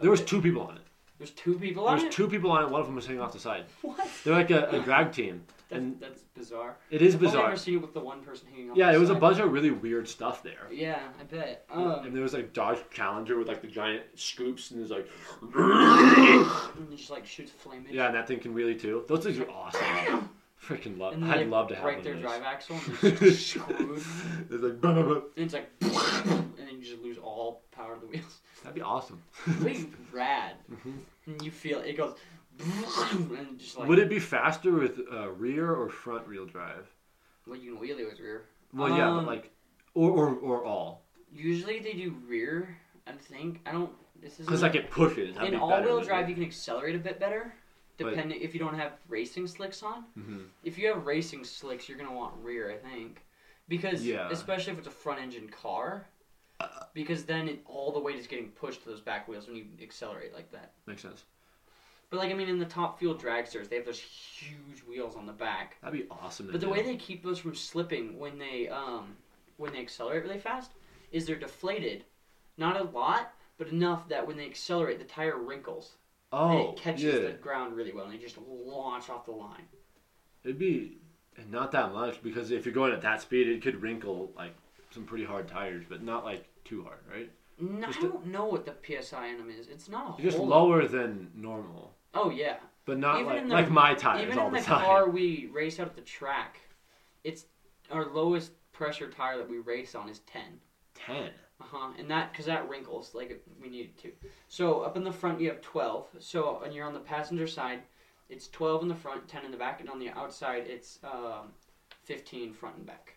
there was two people on it. There's two people There on was it. two people on it. One of them was hanging off the side. What? They're like a, a drag team. That's, And- that's bizarre. It is I've only bizarre. ever seen it with the one person hanging off. Yeah, the it was a side. bunch of really weird stuff there. Yeah, I bet. and Um, there was like Dodge Challenger with like the giant scoops and there's like and it just like shoots flame. yeah, and that thing can wheelie too. Those things are awesome. Freaking love. And then I'd they love to have break one their of those. drive axle and it's just screwed. It's like blah, blah, blah. And it's like, and then you just lose all power to the wheels. that'd be awesome. Really rad. Mhm. And you feel it, it goes, and just like. Would it be faster with uh, rear or front wheel drive? Well, you can wheelie with rear. Well, yeah, Um, but like or or, or all Usually they do rear. I think I don't. This is because like it pushes. That'd in be better, all-wheel wouldn't drive, it? you can accelerate a bit better, But- depending if you don't have racing slicks on. Mhm. If you have racing slicks, you're gonna want rear, I think, because Yeah. especially if it's a front-engine car, because then it, all the weight is getting pushed to those back wheels when you accelerate like that. makes sense. But like I mean, in the top fuel dragsters, they have those huge wheels on the back. That'd be awesome. To But the do. way they keep those from slipping when they um when they accelerate really fast is they're deflated, not a lot, but enough that when they accelerate, the tire wrinkles and oh it catches yeah, the ground really well, and they just launch off the line. it'd be not that much because if you're going at that speed, it could wrinkle like some pretty hard tires, but not like too hard, right? No, Just I a- don't know what the psi in them is. It's not a Just whole lower than normal, Oh yeah, but not Even like in the- like my tires even all in the, the time. car we race out at the track, it's our lowest pressure tire that we race on is ten. Ten. Uh huh. And that, because that wrinkles like it, we need it to. So up in the front you have twelve. So and you're on the passenger side, it's twelve in the front, ten in the back, and on the outside it's um, fifteen front and back.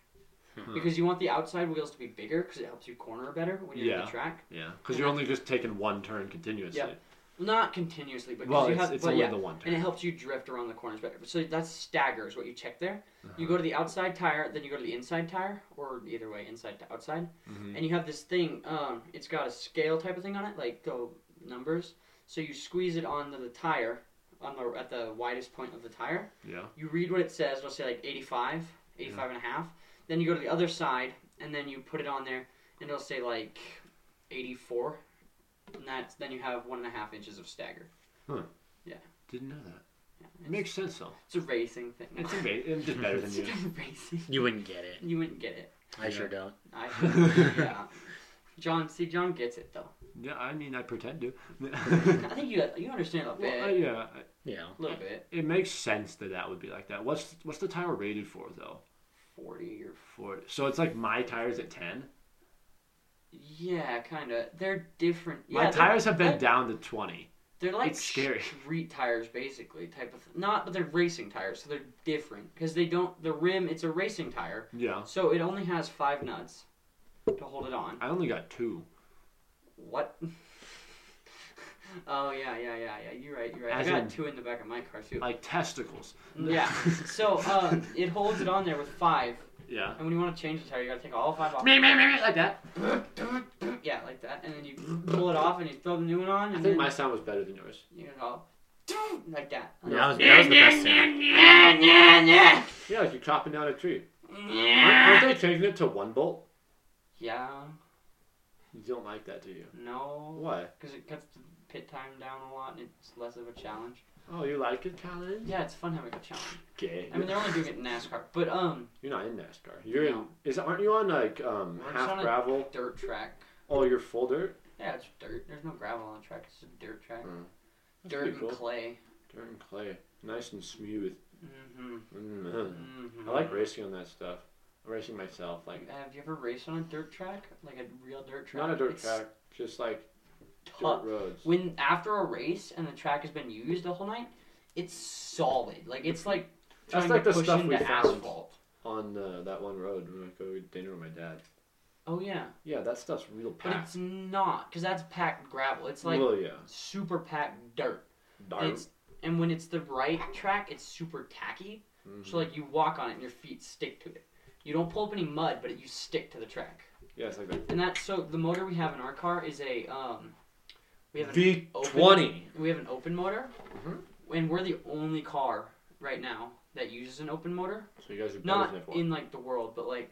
Hmm. Because you want the outside wheels to be bigger, because it helps you corner better when you're in Yeah. the track. Yeah, because you're only just taking one turn continuously. Yep. Not continuously, but 'cause Well, you it's, have, it's but only yeah, the one turn. and it helps you drift around the corners better. So that's stagger is what you check there. Uh-huh. You go to the outside tire, then you go to the inside tire, or either way, inside to outside, Mhm. and you have this thing. Um, it's got a scale type of thing on it, like the numbers. So you squeeze it onto the tire, on the at the widest point of the tire. Yeah. You read what it says. It'll say like 85, 85 and a half. Then you go to the other side, and then you put it on there, and it'll say like 84. And that's then you have one and a half inches of stagger. Didn't know that. Yeah, It makes sense though. It's a racing thing. It's okay. It's just better than It's you. a racing. you wouldn't get it. You wouldn't get it. I sure don't. I yeah. John, see, John gets it though. Yeah, I mean, I pretend to. I think you you understand a little bit, well, uh, yeah, I- Yeah. a little bit, it makes sense that that would be like that. What's what's the tire rated for though? forty or For so it's like my tires at ten. yeah, kind of. They're different. My yeah, tires have been They're, down to twenty. they're like it's scary. street tires, basically type of th- not, but they're racing tires, so they're different because they don't the rim. It's a racing tire, Yeah, so it only has five nuts to hold it on. I only got two. What? oh yeah, yeah, yeah, yeah. You're right. You're right. As I got in- two in the back of my car too. Like testicles. Mm, Yeah. So um, it holds it on there with five, Yeah. and when you want to change the tire, you gotta take all five off. Me, me, me, me, like that. Yeah, like that, and then you pull it off and you throw the new one on, and I think then my sound was better than yours. you know, like that. That was, that was the best sound. Yeah, like you're chopping down a tree. Aren't, Yeah. aren't they changing it to one bolt? Yeah. You don't like that, do you? No. Why? Because it cuts the pit time down a lot and it's less of a challenge. Oh, you like it, Colin? Yeah, it's fun having a challenge. Okay. I mean, they're only doing it in NASCAR, but um, You're not in NASCAR. You're in. No. Is aren't you on like um We're just half on a- gravel? dirt track. Oh, you're full dirt. Yeah, it's dirt. There's no gravel on the track. It's a dirt track. Mm. That's Dirt pretty and cool. clay. Dirt and clay, nice and smooth. Mm-hmm. mm Mm-hmm. I like racing on that stuff. I'm racing myself, like Have you ever raced on a dirt track? Like a real dirt track? not a dirt It's track, just like tough. dirt roads. When after a race and the track has been used the whole night, it's solid. Like it's like That's trying like to the push stuff we into found. asphalt. on uh, that one road when I go to dinner with my dad. Oh yeah, Yeah, that stuff's real but packed. it's not because that's packed gravel. It's like well, yeah, super packed dirt. darn. And it's and when it's the right track, it's super tacky. Mhm. So like you walk on it and your feet stick to it. You don't pull up any mud, but you stick to the track. yeah, it's like that. And that's so the motor we have in our car is a um, we have an V open, twenty. we have an open motor, Mhm. and we're the only car right now that uses an open motor. So you guys are better Not than everyone. in like the world, but like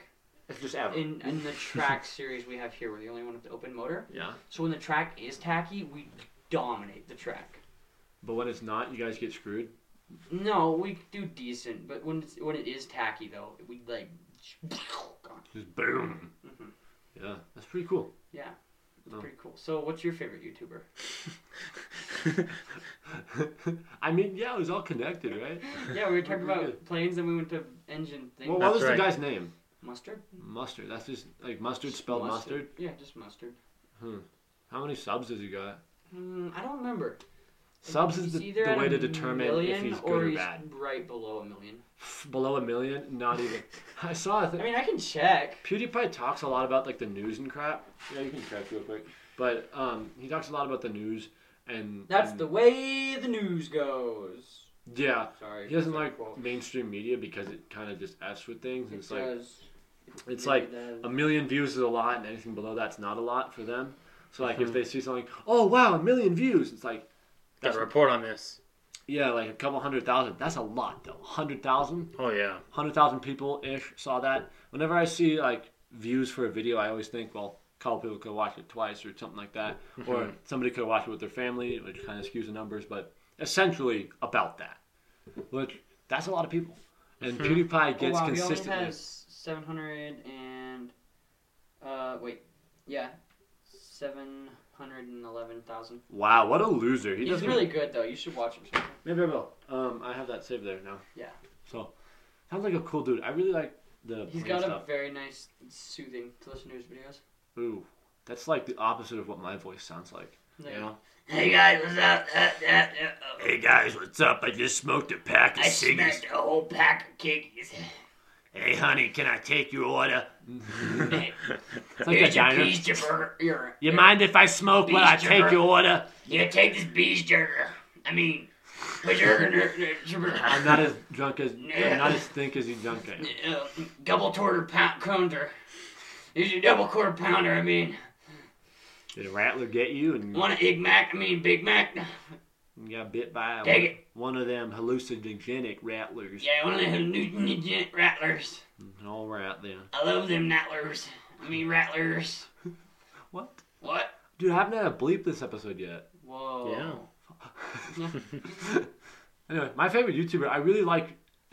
It's just ever. in in the track series we have here, we're the only one with the open motor. yeah, So when the track is tacky, we dominate the track. but when it's not, you guys get screwed. No, we do decent, but when it's, when it is tacky though, we like Just boom. Mhm. Yeah, that's pretty cool. yeah, it's Oh. pretty cool. So what's your favorite YouTuber? I mean, yeah, it was all connected, right? Yeah, we were talking Pretty about planes, and we went to engine thing. Well, what That's was the right. guy's name? mustard? Mustard. That's just like mustard spelled mustard. Yeah, just mustard. How many subs has he got? Hmm, I don't remember. Subs He's is the, either the at way a to determine if million he's or good or he's bad. Right below a million. Below a million, not even. I saw a I thing. mean, I can check. PewDiePie talks a lot about like the news and crap. Yeah, you can check real quick. But um, he talks a lot about the news and That's and- the way the news goes. yeah. Sorry. He doesn't that's a like quote. mainstream media because it kind of just f's with things. It And it's like does. it's It like does. Oh, a million views is a lot, and anything below that's not a lot for them. So like Hmm. if they see something, oh wow, a million views, it's like Got a report on this. Yeah, like a couple hundred thousand. That's a lot, though. Hundred thousand, Oh yeah. hundred thousand people ish saw that. Whenever I see like views for a video, I always think, well, a couple people could watch it twice or something like that, or somebody could watch it with their family, which kind of skews the numbers. But essentially, about that, which that's a lot of people. And PewDiePie oh, gets wow, He consistently. only has 700 and. Uh, wait. Yeah. 711,000. Wow, what a loser! He He's doesn't. really good, though. You should watch him sometime. Maybe I will. Um, I have that saved there now. Yeah. So, sounds like a cool dude. I really like the. He's got plain stuff. a very nice, soothing to listen to his videos. Ooh, that's like the opposite of what my voice sounds like. Like, Yeah. Hey guys, what's up? Uh, uh, uh, uh, Hey guys, what's up? I just smoked a pack of I smacked a whole pack of cookies. Hey honey, can I take your order? It's like a Here's your diner. bees burger. Your, You mind if I smoke while I Beast take Jabber. your order? Yeah, take this bees burger. I mean, I'm not as drunk as I'm Yeah. not as thick as you drunk I am. uh, double quarter pound pounder. Here's your double quarter pounder. I mean, Did a rattler get you and want a Big Mac? I mean Big Mac. you got bit by a- Take it. one of them hallucinogenic rattlers? Yeah, one of them Newton and Gent rattlers. All right then. I love them rattlers. I mean rattlers. What? What? Dude, I haven't had a bleep this episode yet. Whoa. Yeah. Anyway, my favorite YouTuber, I really like.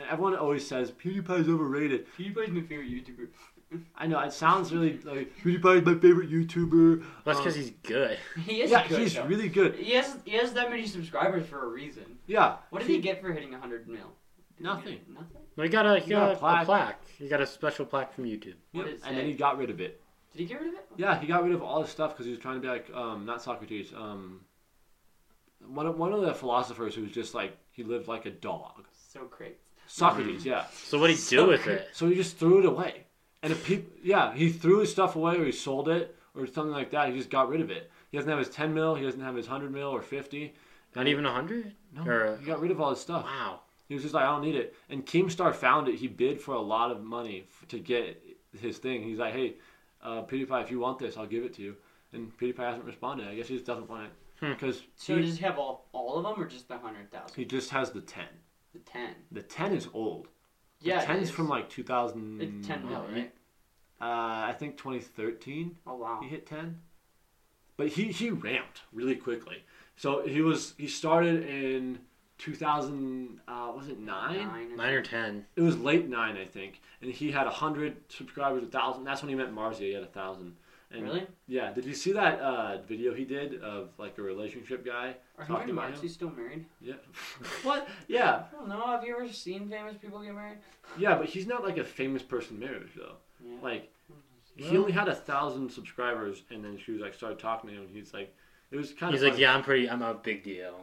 Everyone always says PewDiePie's overrated. PewDiePie's my favorite YouTuber. I know it sounds really like PewDiePie's my favorite YouTuber. That's because Um, he's good. He is yeah, good, he's though. really good. He has he has that many subscribers for a reason. Yeah. What did he get for hitting hundred mil? Did he Nothing. get Nothing. No, he got a he You got got, a a, a plaque. plaque. He got a special plaque from YouTube. What did it and then say? he got rid of it. Did he get rid of it? Yeah, he got rid of all his stuff because he was trying to be like, um, not Socrates, um, one of, one of the philosophers who was just like he lived like a dog. So great. Socrates, yeah. So what would he do with it? So he just threw it away, and if people, yeah, he threw his stuff away or he sold it or something like that. He just got rid of it. He doesn't have his ten mil. He doesn't have his hundred mil or fifty. Not even a hundred? No, Or a- he got rid of all his stuff. Wow. He was just like, I don't need it. And Keemstar found it. He bid for a lot of money f- to get his thing. He's like, hey, uh, PewDiePie, if you want this, I'll give it to you. and PewDiePie hasn't responded. I guess he just doesn't want it Hmm. because So he, does he have all, all of them or just the 100,000? he just has the ten. The 10. The ten is old. The Yeah. it 10's is. from like 2000. It's 10 mil, Oh, yeah. right? Uh, I think 2013. Oh, wow. He hit 10. But he, he ramped really quickly. So he was he started in 2000 uh, was it 9? Nine. Nine or ten. It was late 9 I think. And he had 100 subscribers, 1000. That's when he met Marzia, he had 1000. And Really? Yeah, did you see that uh, video he did of like a relationship guy Are him talking and about Marcy him? still married? Yeah. what? Yeah. I don't know. Have you ever seen famous people get married? Yeah, but he's not like a famous person marriage though. Yeah. Like he Well- only had a thousand subscribers, and then she was like started talking to him. and He's like, it was kind He's of like, yeah, I'm pretty. I'm a big deal.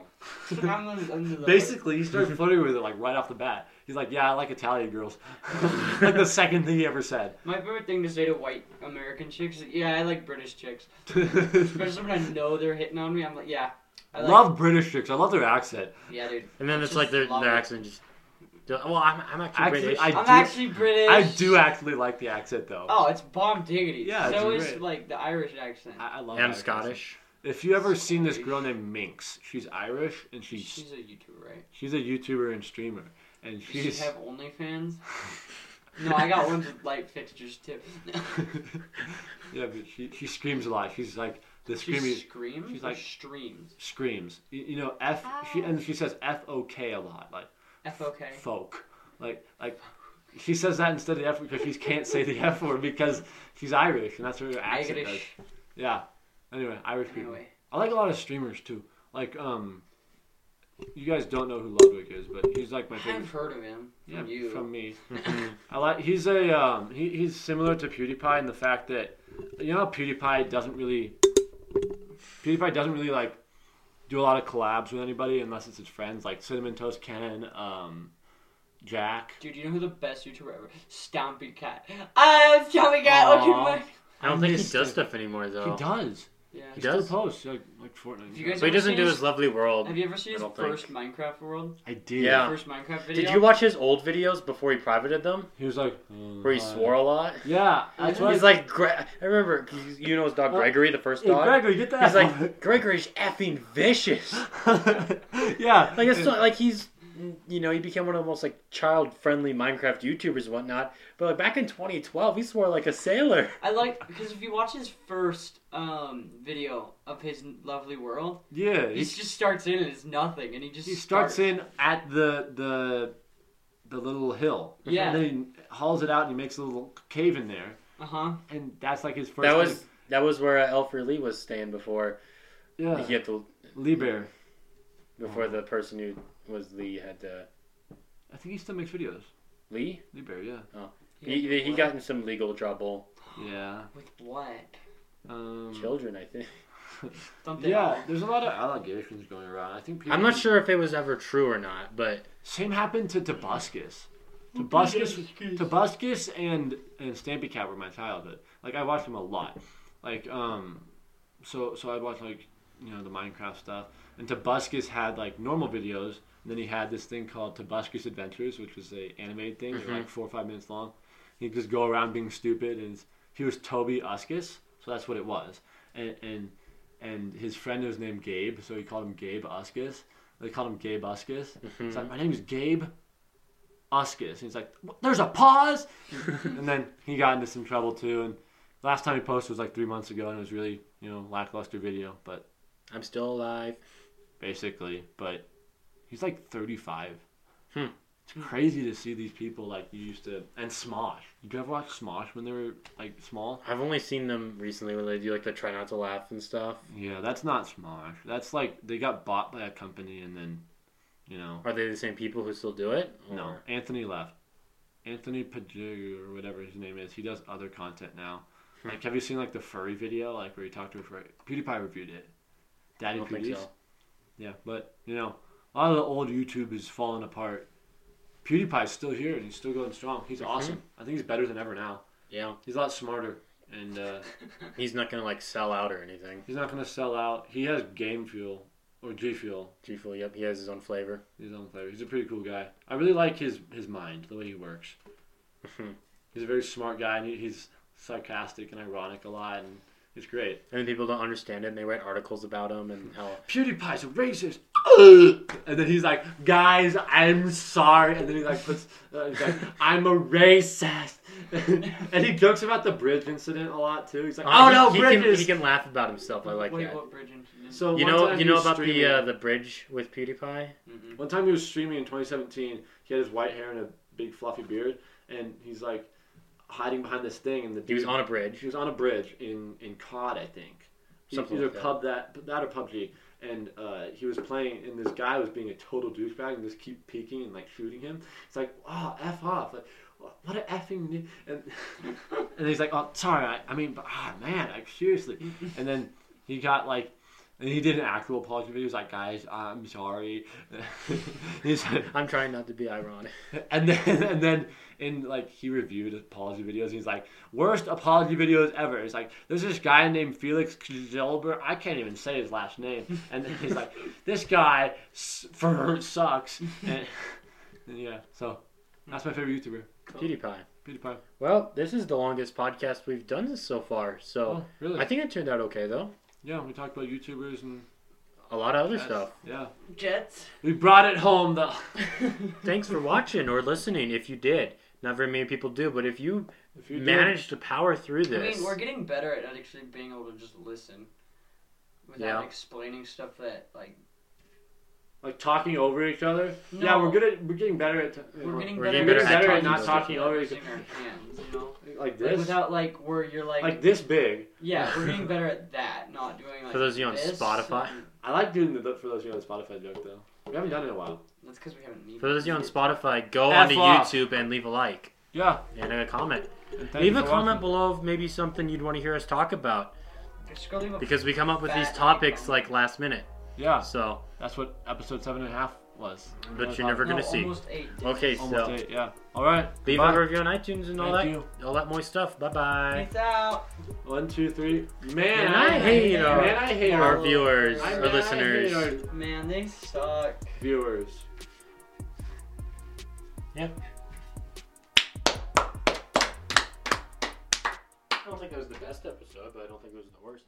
I'm the- I'm the- Basically, he started flirting with her like right off the bat. He's like, yeah, I like Italian girls. like the second thing he ever said. My favorite thing to say to white American chicks is, yeah, I like British chicks. Especially when I know they're hitting on me, I'm like, yeah. I like, love British chicks. I love their accent. Yeah, dude. And then I it's just like their love their it. accent just. Well, I'm, I'm actually, Actually, British. I- I'm do- actually British. I do actually like the accent though. Oh, it's bomb diggity. Yeah, it's So is great. like the Irish accent. I, I love. and I'm that accent. Scottish. If you ever seen this girl named Minx, she's Irish and she's she's, She's a YouTuber, right? a YouTuber and streamer, and Does she she's have OnlyFans? no, I got ones with light fixtures too. yeah, but she she screams a lot. She's like the she screamy. screams. she's or like- streams. screams. You, you know, F. She and she says F O K a lot, like Oh. F O K. folk, like like. She says that instead of the F because she can't say the F word because she's Irish and that's what her accent is. Irish. Yeah. Anyway, Irish people. Anyway, I like a lot of streamers too. Like um, you guys don't know who Ludwig is, but he's like my favorite. I've heard of him. Yeah, From you. from me. Mhm. I like he's a um, he, he's similar to PewDiePie in the fact that you know how PewDiePie doesn't really PewDiePie doesn't really like do a lot of collabs with anybody unless it's his friends like Cinnamon Toast Ken, um, Jack. Dude, you know who the best YouTuber ever? Stompy Cat. I love Stompy Cat. Look Aw. at my. I don't think he miss does it. stuff anymore though. He does. Yeah. He, does? still posts like like Fortnite. Do you guys- But he doesn't do Have you his lovely world. Have you ever seen his I don't think. first Minecraft world? I did. Yeah. First Minecraft video. Did you watch his old videos before he privated them, He was like mm, where he hi. swore a lot? Yeah, that's Uh, what He's like, Gre- I remember, you know his dog Well, Gregory, the first Hey, dog. Gregory, get that. He's like, Gregory's effing vicious. yeah. Like it's not, like he's, you know, he became one of the most like child-friendly Minecraft YouTubers and whatnot. But like back in 2012, he swore like a sailor. I like because if you watch his first um, video of his lovely world, yeah. he He, just starts in and it's nothing, and he just he starts in at the the the little hill. Yeah. And then he hauls it out and he makes a little cave in there, Uh huh. and that's like his first. That was thing. that was where uh, Elfrey Lee was staying before yeah. he had to Lee Bear. before the person who was Lee had to I think he still makes videos. Lee. Lee Bear, yeah. He, he got in some legal trouble. Yeah. with what? Um, Children, I think. Something. yeah. There's a lot of allegations going around. I think. People, I'm not sure if it was ever true or not, but Same happened to Tobuscus. Tobuscus, Tobuscus. Tobuscus, and and Stampy Cat were my childhood. Like I watched them a lot. Like um, so so I'd watch like you know the Minecraft stuff. And Tobuscus had like normal videos, and then he had this thing called Tobuscus Adventures, which was a animated thing. They were like four or five minutes long. He'd just go around being stupid, and he was Toby Uskus, so that's what it was. And and and his friend was named Gabe, so he called him Gabe Uskus. They called him Gabe Uskus. He's like, my name is Gabe Uskus. And he's like, "What? there's a pause. and then he got into some trouble too. And last time he posted was like three months ago, and it was really you know lackluster video, but I'm still alive. basically. But he's like 35. Hmm. It's crazy to see these people like you used to. And Smosh. Did you ever watch Smosh when they were like small? I've only seen them recently when they do like the try not to laugh and stuff. Yeah, that's not Smosh. That's like they got bought by a company, and then you know Are they the same people who still do it? No, Or- Anthony left. Anthony Padu or whatever his name is, he does other content now. Hmm. Like, have you seen like the furry video, like where he talked to a furry? PewDiePie reviewed it. I Daddy don't think PewDie's. so. Yeah, but you know, a lot of the old YouTube is falling apart. PewDiePie's still here and he's still going strong. He's Mm-hmm. awesome. I think he's better than ever now. Yeah, He's a lot smarter and uh, he's not gonna like sell out or anything. he's not gonna sell out. He has Game Fuel or G Fuel. G Fuel, yep, he has his own flavor. He's on flavor. He's a pretty cool guy. I really like his his mind, the way he works. Mhm. he's a very smart guy, and he, he's sarcastic and ironic a lot, and It's great. and people don't understand it, and they write articles about him and how PewDiePie's a racist. Ugh. And then he's like, guys, I'm sorry. And then he like puts, uh, he's like, I'm a racist. and he jokes about the bridge incident a lot too. He's like, oh, he- no, he, can, bridges. he can laugh about himself. I like Wait, that. what bridge incident? So You one know, time you he know was about the streaming- uh, the bridge with PewDiePie. Mhm. One time he was streaming in 2017. He had his white hair and a big fluffy beard, and he's like hiding behind this thing. And the He was dude- on a bridge. he was on a bridge in in COD, I think. He- Something either like that. pub that that or PUBG, and uh, he was playing, and this guy was being a total douchebag and just keep peeking and like shooting him. It's like, oh, f off, like wh- what a effing, ni-" and and he's like, oh, sorry, I, I mean, but ah, man, like seriously, and then he got like. And he did an actual apology video. He was like, "Guys, I'm sorry." he said, I'm trying not to be ironic. and then and then in like he reviewed apology videos and he's like worst apology videos ever he's like there's this guy named felix Zellber. i can't even say his last name and then he's like this guy s- for sucks and, and yeah so that's my favorite youtuber PewDiePie. pewdiepie Well, this is the longest podcast we've done this so far. oh So really I think it turned out okay though. yeah we talked about youtubers and A lot of other that's- stuff. yeah Jets. we brought it home though Thanks for watching or listening. If you did, not very many people do, but if you if you managed to power through I this, mean, we're getting better at actually being able to just listen without Yeah. explaining stuff that like like talking over each other No. yeah we're good at we're getting better at t- we're getting we're better, getting better just at doing talking stuff not talking without over each- using our hands, you know? like Like, this without like where you're like, like this big yeah, we're getting better at that, not doing like For those of you on this Spotify. and- I like doing the for those of you on Spotify joke though. We haven't done it in a while. That's because we haven't needed. for those of you on it. Spotify, go F onto off. YouTube and leave a like Yeah. and a comment. leave a comment below of maybe something you'd want to hear us talk about Just go leave a because we come up with these Fat topics people. like last minute. Yeah, So, that's what episode seven and a half was. but you're never no, gonna see. almost eight. Okay, almost so eight. Yeah. All right. leave Goodbye. a review on iTunes and all Thank that, all that moist stuff. Bye bye. Peace out. One, two, three. Man, And I, I hate. hate Man, our, I hate our, our I- viewers, I- our man, I listeners. hate our Man, they suck. viewers. I don't think that was the best episode, but I don't think it was the worst.